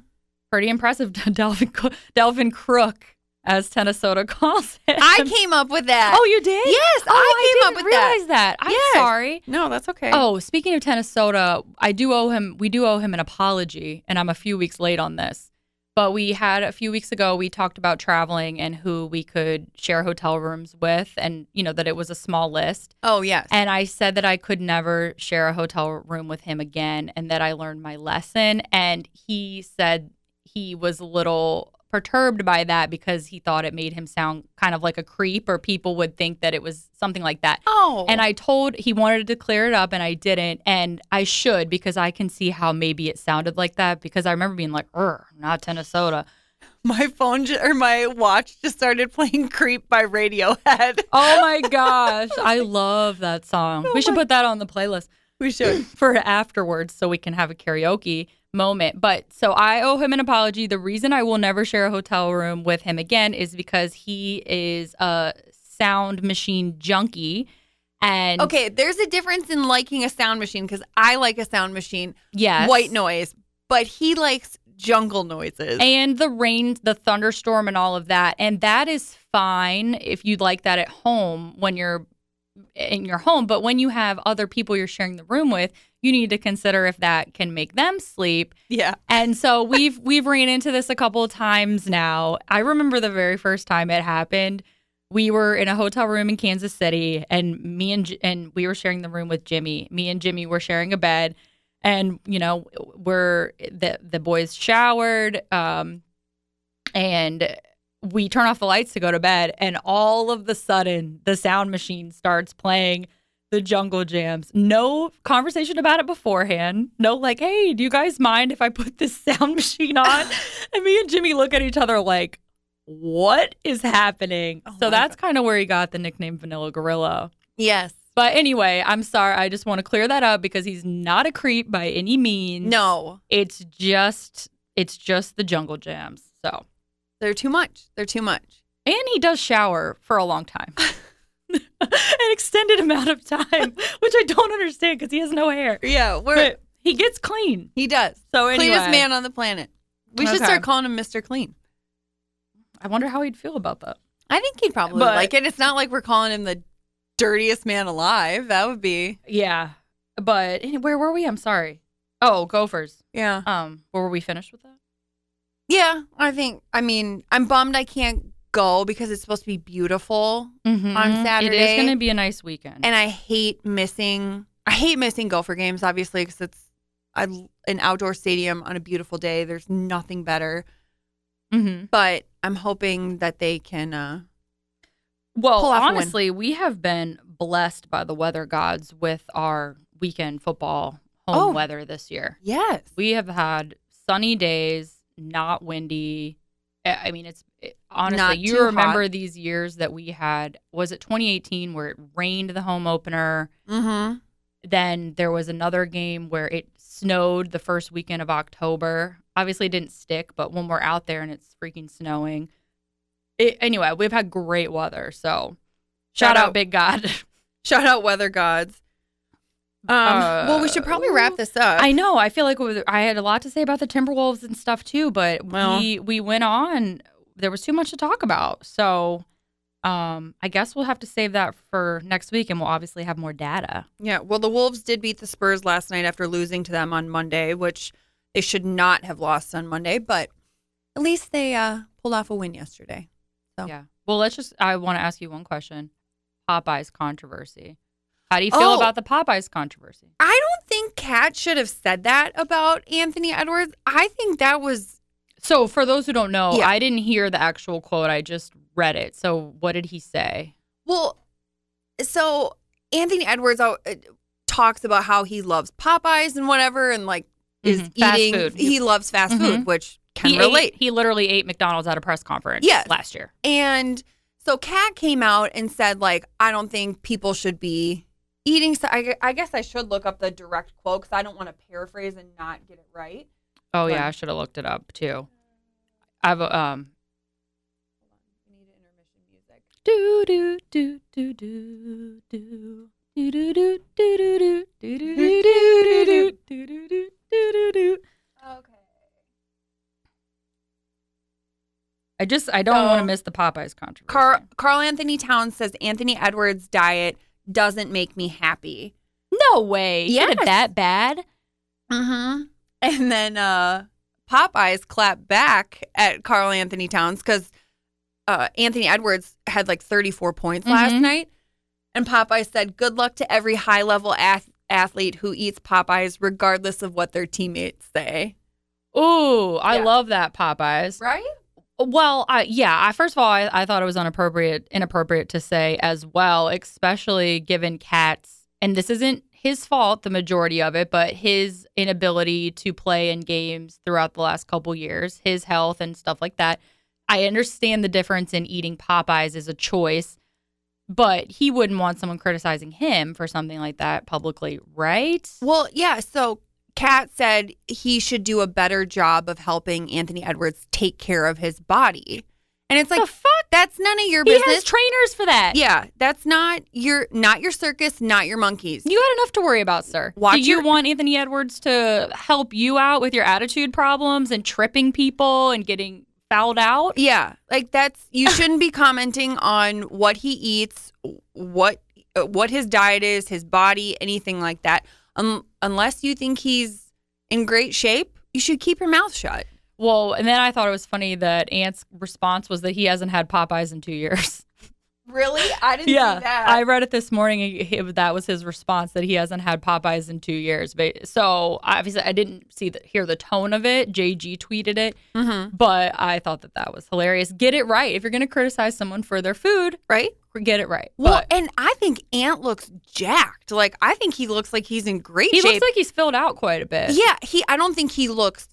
[SPEAKER 2] pretty impressive, [laughs] Delvin Co- Delvin Crook, as Tennesota calls it.
[SPEAKER 1] i came up with that
[SPEAKER 2] Oh, you did?
[SPEAKER 1] yes
[SPEAKER 2] Oh,
[SPEAKER 1] i came
[SPEAKER 2] didn't
[SPEAKER 1] up with that
[SPEAKER 2] realize that. I'm
[SPEAKER 1] Yes.
[SPEAKER 2] sorry.
[SPEAKER 1] no that's okay
[SPEAKER 2] Oh, speaking of Minnesota, I do owe him. We do owe him an apology, and I'm a few weeks late on this. But we had a few weeks ago. We talked about traveling and who we could share hotel rooms with, and you know that it was a small list.
[SPEAKER 1] oh yes
[SPEAKER 2] And I said that I could never share a hotel room with him again, and that I learned my lesson. And he said he was a little perturbed by that because he thought it made him sound kind of like a creep, or people would think that it was something like that.
[SPEAKER 1] oh
[SPEAKER 2] And I told he wanted to clear it up and I didn't. And I should because I can see how maybe it sounded like that because I remember being like, er, not Minnesota.
[SPEAKER 1] My phone ju- or my watch just started playing "Creep" by Radiohead.
[SPEAKER 2] Oh my gosh. I love that song. we should put that on the playlist
[SPEAKER 1] Oh We should.
[SPEAKER 2] [clears throat] for afterwards so we can have a karaoke moment. But so I owe him an apology. The reason I will never share a hotel room with him again is because he is a sound machine junkie.
[SPEAKER 1] [laughs]
[SPEAKER 2] And
[SPEAKER 1] Okay, there's a difference in liking a sound machine because I like a sound machine,
[SPEAKER 2] yes.
[SPEAKER 1] white noise, but he likes jungle noises.
[SPEAKER 2] and the rain, the thunderstorm, and all of that. And that is fine if you'd like that at home when you're in your home. But when you have other people you're sharing the room with, you need to consider if that can make them sleep.
[SPEAKER 1] yeah,
[SPEAKER 2] And so we've [laughs] we've ran into this a couple of times now. I remember the very first time it happened. we were in a hotel room in Kansas City, and me and J- and we were sharing the room with Jimmy. Me and Jimmy were sharing a bed, and you know, we're the the boys showered, um, and we turn off the lights to go to bed, and all of the sudden, the sound machine starts playing the jungle jams. No conversation about it beforehand. No, like, hey, do you guys mind if I put this [laughs] sound
[SPEAKER 1] [laughs]
[SPEAKER 2] machine on? and me and Jimmy look at each other like, what is happening?
[SPEAKER 1] Oh
[SPEAKER 2] so
[SPEAKER 1] my
[SPEAKER 2] that's kind of where he got the nickname Vanilla Gorilla.
[SPEAKER 1] Yes.
[SPEAKER 2] But anyway, I'm sorry. I just want to clear that up because he's not a creep by any
[SPEAKER 1] Mm.
[SPEAKER 2] means.
[SPEAKER 1] No,
[SPEAKER 2] It's just it's just the jungle jams. So
[SPEAKER 1] they're too much. They're too much.
[SPEAKER 2] and he does shower for a
[SPEAKER 1] [laughs]
[SPEAKER 2] long time. An extended amount of time, which I don't understand because he has no hair.
[SPEAKER 1] Yeah, we're
[SPEAKER 2] But he gets clean.
[SPEAKER 1] he does.
[SPEAKER 2] So anyway,
[SPEAKER 1] Cleanest man on the planet. We should
[SPEAKER 2] Okay.
[SPEAKER 1] start calling him Mr. Clean.
[SPEAKER 2] I wonder how he'd feel about that.
[SPEAKER 1] I think he'd probably
[SPEAKER 2] But-
[SPEAKER 1] like it. It's not like we're calling him the dirtiest man alive. That would be
[SPEAKER 2] Yeah, but any- where were we? I'm sorry. Oh, Gophers.
[SPEAKER 1] yeah.
[SPEAKER 2] Um, were we finished with that?
[SPEAKER 1] Yeah, I think I mean, I'm bummed I can't go because it's supposed to be beautiful
[SPEAKER 2] Mm-hmm.
[SPEAKER 1] on
[SPEAKER 2] it is
[SPEAKER 1] Saturday.
[SPEAKER 2] going to be a nice weekend.
[SPEAKER 1] and I hate missing. I hate missing Gopher games, obviously, because it's I, an outdoor stadium on a beautiful day. There's nothing better.
[SPEAKER 2] mm-hmm.
[SPEAKER 1] But I'm hoping that they can. Uh,
[SPEAKER 2] Well,
[SPEAKER 1] Pull off a win.
[SPEAKER 2] honestly, we have been blessed by the weather gods with our weekend football home
[SPEAKER 1] Oh.
[SPEAKER 2] weather this year.
[SPEAKER 1] yes,
[SPEAKER 2] We have had sunny days, not windy. I I mean, it's it, honestly,
[SPEAKER 1] Not
[SPEAKER 2] you
[SPEAKER 1] too
[SPEAKER 2] remember
[SPEAKER 1] hot.
[SPEAKER 2] these years that we had, was it 2018 where it rained the home opener?
[SPEAKER 1] mm-hmm.
[SPEAKER 2] Then there was another game where it snowed the first weekend of October. Obviously, it didn't stick, but when we're out there and it's freaking snowing. It, anyway, we've had great weather. So
[SPEAKER 1] Shout
[SPEAKER 2] shout, out,
[SPEAKER 1] out. [laughs]
[SPEAKER 2] Big God.
[SPEAKER 1] Shout out weather gods. Um, well, we should probably wrap this up.
[SPEAKER 2] I know. I feel like it was, I had a lot to say about the Timberwolves and stuff too, but
[SPEAKER 1] Well.
[SPEAKER 2] we, we went on. There was too much to talk about. So um, I guess we'll have to save that for next week and we'll obviously have more data.
[SPEAKER 1] Yeah. Well, the Wolves did beat the Spurs last night after losing to them on Monday, which they should not have lost on Monday, but at least they uh, pulled off a win yesterday. So-
[SPEAKER 2] Yeah. Well, let's just. I want to ask you one question. Popeyes controversy. How do you feel
[SPEAKER 1] Oh.
[SPEAKER 2] about the Popeyes controversy?
[SPEAKER 1] I don't think Kat should have said that about Anthony Edwards. I think that was
[SPEAKER 2] So, for those who don't know,
[SPEAKER 1] Yeah.
[SPEAKER 2] I didn't hear the actual quote. I just read it. So, what did he say?
[SPEAKER 1] well. So Anthony Edwards uh, talks about how he loves Popeyes and whatever, and like is
[SPEAKER 2] Mhm. Fast
[SPEAKER 1] eating.
[SPEAKER 2] food.
[SPEAKER 1] He loves fast
[SPEAKER 2] Mhm.
[SPEAKER 1] food, which can
[SPEAKER 2] he
[SPEAKER 1] relate.
[SPEAKER 2] Ate, he literally ate McDonald's at a press conference.
[SPEAKER 1] Yes.
[SPEAKER 2] last year.
[SPEAKER 1] And so Kat came out and said, like, I don't think people should be eating. So I, gu- I guess I should look up the direct quote because I don't want to paraphrase and not get it right.
[SPEAKER 2] Oh
[SPEAKER 1] Fun.
[SPEAKER 2] yeah, I should have looked it up too. I've um. Do do do do do do. Do do do do do do do do do do do do do do do do.
[SPEAKER 1] Okay.
[SPEAKER 2] I just I don't want to
[SPEAKER 1] So-
[SPEAKER 2] miss the Popeyes controversy.
[SPEAKER 1] Carl, Carl Anthony Towns says Anthony Edwards' diet doesn't make me happy.
[SPEAKER 2] no way. He did it
[SPEAKER 1] Yes.
[SPEAKER 2] that bad?
[SPEAKER 1] Mm-hmm. And then uh, Popeyes clapped back at Carl Anthony Towns because uh, Anthony Edwards had like 34 points last
[SPEAKER 2] Mhm.
[SPEAKER 1] night. And Popeyes said, Good luck to every high level ath- athlete who eats Popeyes, regardless of what their teammates say.
[SPEAKER 2] Ooh, I
[SPEAKER 1] Yeah.
[SPEAKER 2] love that Popeyes.
[SPEAKER 1] Right?
[SPEAKER 2] Well, I, yeah. I first of all, I, I thought it was inappropriate, inappropriate to say as well, especially given Cat's, and this isn't his fault, the majority of it, but his inability to play in games throughout the last couple years, his health and stuff like that. I understand the difference in eating Popeyes is a choice, but he wouldn't want someone criticizing him for something like that publicly, right?
[SPEAKER 1] Well, yeah. So Kat said he should do a better job of helping Anthony Edwards take care of his body. And it's like,
[SPEAKER 2] The fuck?
[SPEAKER 1] That's none of your
[SPEAKER 2] He
[SPEAKER 1] business.
[SPEAKER 2] has trainers for that.
[SPEAKER 1] Yeah, that's not your not your circus, not your monkeys.
[SPEAKER 2] You got enough to worry about, sir.
[SPEAKER 1] Watch
[SPEAKER 2] Do you
[SPEAKER 1] your-
[SPEAKER 2] want Anthony Edwards to help you out with your attitude problems and tripping people and getting fouled out?
[SPEAKER 1] yeah, like that's [laughs] you shouldn't be commenting on what he eats, what uh, what his diet is, his body, anything like that. Um, unless you think he's in great shape, you should keep your mouth shut.
[SPEAKER 2] Well, and then I thought it was funny that Ant's response was that he hasn't had Popeyes in two years.
[SPEAKER 1] Really? I [laughs] didn't
[SPEAKER 2] yeah,
[SPEAKER 1] see that.
[SPEAKER 2] I read it this morning. He- he- that was his response that he hasn't had Popeyes in two years. But so obviously, I didn't see the, hear the tone of it. JG tweeted it,
[SPEAKER 1] Mhm.
[SPEAKER 2] but I thought that that was hilarious. Get it right. If you're going to criticize someone for their food,
[SPEAKER 1] right?
[SPEAKER 2] get it right.
[SPEAKER 1] Well,
[SPEAKER 2] But
[SPEAKER 1] and I think Ant looks jacked. Like I think he looks like he's in great
[SPEAKER 2] he
[SPEAKER 1] shape.
[SPEAKER 2] looks like he's filled out quite a bit.
[SPEAKER 1] yeah, he. I don't think he looks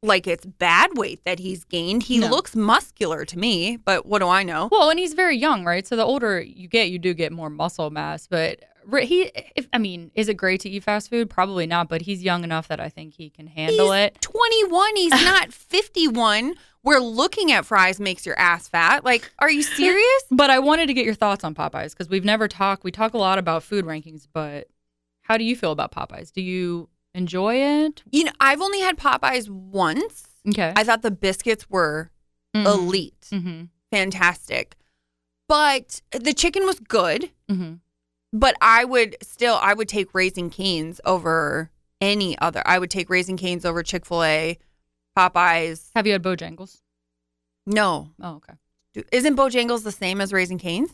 [SPEAKER 1] like it's bad weight that he's gained. He
[SPEAKER 3] No.
[SPEAKER 1] looks muscular to me, but what do I know?
[SPEAKER 2] Well, and he's very young, right? So the older you get, you do get more muscle mass. But re- he, if, I mean, is it great to eat fast food? Probably not. But he's young enough that I think he can handle
[SPEAKER 1] he's
[SPEAKER 2] it.
[SPEAKER 1] 21. [laughs] He's not 51. Where looking at fries makes your ass fat. Like, are [laughs] you serious?
[SPEAKER 2] But I wanted to get your thoughts on Popeyes because we've never talked. We talk a lot about food rankings, but how do you feel about Popeyes? Do you enjoy it?
[SPEAKER 1] you know, I've only had Popeyes once.
[SPEAKER 2] Okay.
[SPEAKER 1] I thought the biscuits were Mm. elite,
[SPEAKER 2] Mm-hmm.
[SPEAKER 1] fantastic, but the chicken was good.
[SPEAKER 2] hmm
[SPEAKER 1] But I would still, I would take Raising Canes over any other. I would take Raising Canes over Chick Fil A, Popeyes.
[SPEAKER 2] Have you had Bojangles?
[SPEAKER 1] No,
[SPEAKER 2] Oh, okay.
[SPEAKER 1] Do- isn't Bojangles the same as Raising Canes?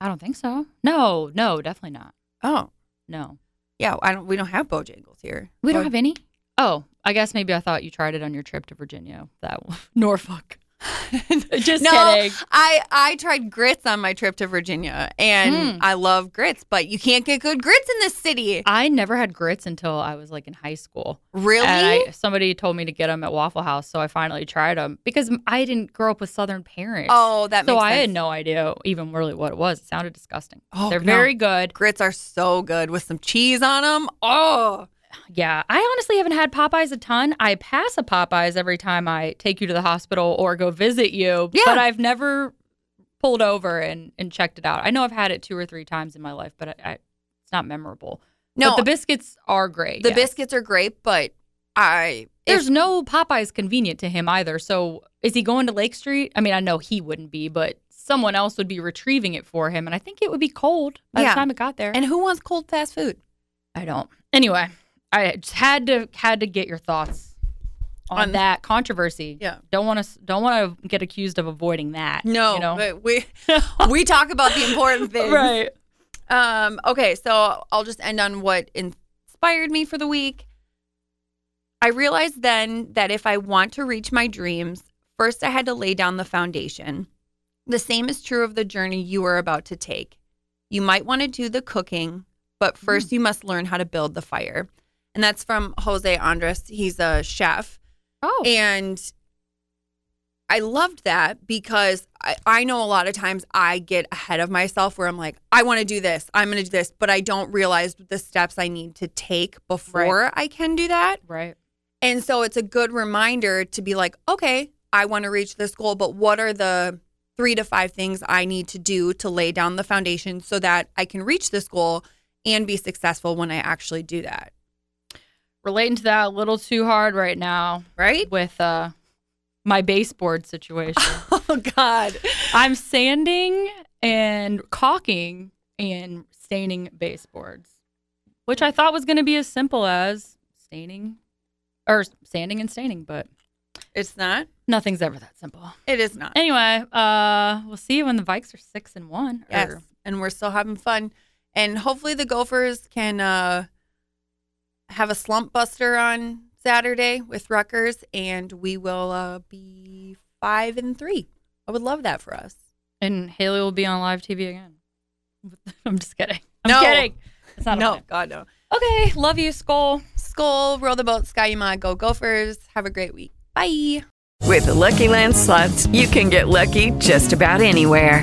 [SPEAKER 2] I don't think so. No, no, definitely not.
[SPEAKER 1] Oh,
[SPEAKER 2] No,
[SPEAKER 1] yeah. I don't. We don't have Bojangles here.
[SPEAKER 2] we don't
[SPEAKER 1] Bo-
[SPEAKER 2] have any. Oh, I guess maybe I thought you tried it on your trip to Virginia. That one. [laughs]
[SPEAKER 1] [laughs]
[SPEAKER 2] Norfolk. Just
[SPEAKER 1] no,
[SPEAKER 2] kidding.
[SPEAKER 1] I I tried grits on my trip to Virginia, and
[SPEAKER 2] Mm.
[SPEAKER 1] I love grits, but you can't get good grits in this city.
[SPEAKER 2] I never had grits until I was like in high school.
[SPEAKER 1] Really?
[SPEAKER 2] And I, somebody told me to get them at Waffle House, so I finally tried them because m- I didn't grow up with Southern parents.
[SPEAKER 1] oh, that
[SPEAKER 2] so
[SPEAKER 1] makes
[SPEAKER 2] I
[SPEAKER 1] sense.
[SPEAKER 2] had no idea even really what it was. It sounded disgusting.
[SPEAKER 1] Oh,
[SPEAKER 2] They're
[SPEAKER 1] no.
[SPEAKER 2] very good.
[SPEAKER 1] Grits are so good with some cheese on them. Oh,
[SPEAKER 2] Yeah, I honestly haven't had Popeyes a ton. I pass a Popeyes every time I take you to the hospital or go visit you,
[SPEAKER 1] Yeah.
[SPEAKER 2] but I've never pulled over and, and checked it out. I know I've had it two or three times in my life, but I, I, it's not memorable.
[SPEAKER 1] no.
[SPEAKER 2] but the biscuits are great.
[SPEAKER 1] the
[SPEAKER 2] yes.
[SPEAKER 1] biscuits are great, but I
[SPEAKER 2] There's no Popeyes convenient to him either. So is he going to Lake Street? I mean, I know he wouldn't be, but someone else would be retrieving it for him, and I think it would be cold by
[SPEAKER 1] Yeah.
[SPEAKER 2] the time it got there.
[SPEAKER 1] and who wants cold fast food?
[SPEAKER 2] I don't. Anyway, I just had to had to get your thoughts on,
[SPEAKER 1] On-
[SPEAKER 2] that controversy.
[SPEAKER 1] Yeah.
[SPEAKER 2] Don't want to don't want to get accused of avoiding that.
[SPEAKER 1] No,
[SPEAKER 2] you know?
[SPEAKER 1] but [laughs] we we talk about the important things.
[SPEAKER 2] [laughs] right.
[SPEAKER 1] Um, okay, so I'll just end on what inspired me for the week. I realized then that if I want to reach my dreams, first I had to lay down the foundation. The same is true of the journey you are about to take. You might want to do the cooking, but first you must learn how to build the fire. And that's from Jose Andres. He's a chef.
[SPEAKER 2] Oh,
[SPEAKER 1] And I loved that because I, I know a lot of times I get ahead of myself where I'm like, I want to do this, I'm going to do this, but I don't realize the steps I need to take before I can do that.
[SPEAKER 2] right.
[SPEAKER 1] And so it's a good reminder to be like, okay, I want to reach this goal, but what are the three to five things I need to do to lay down the foundation so that I can reach this goal and be successful when I actually do that?
[SPEAKER 2] Relating to that a little too hard right now
[SPEAKER 1] Right?
[SPEAKER 2] with uh my baseboard situation.
[SPEAKER 1] [laughs] Oh, God.
[SPEAKER 2] I'm sanding and caulking and staining baseboards, which I thought was going to be as simple as staining or sanding and staining, but
[SPEAKER 1] It's not.
[SPEAKER 2] nothing's ever that simple.
[SPEAKER 1] It is not.
[SPEAKER 2] Anyway, uh, we'll see when the Vikes are six and one. or-
[SPEAKER 1] Yes. And we're still having fun. And hopefully the Gophers can uh, have a slump buster on Saturday with Rutgers and we will uh, be five and three. I would love that for us.
[SPEAKER 2] and Haley will be on live TV again. [laughs] I'm just kidding. I'm
[SPEAKER 1] No.
[SPEAKER 2] kidding. It's not a
[SPEAKER 1] no,
[SPEAKER 2] plan.
[SPEAKER 1] God, no.
[SPEAKER 2] Okay, love you, Skull.
[SPEAKER 1] Skull, roll the boat, Sky Yuma, go Gophers. Have a great week. Bye.
[SPEAKER 4] With the Lucky Land slots, you can get lucky just about anywhere.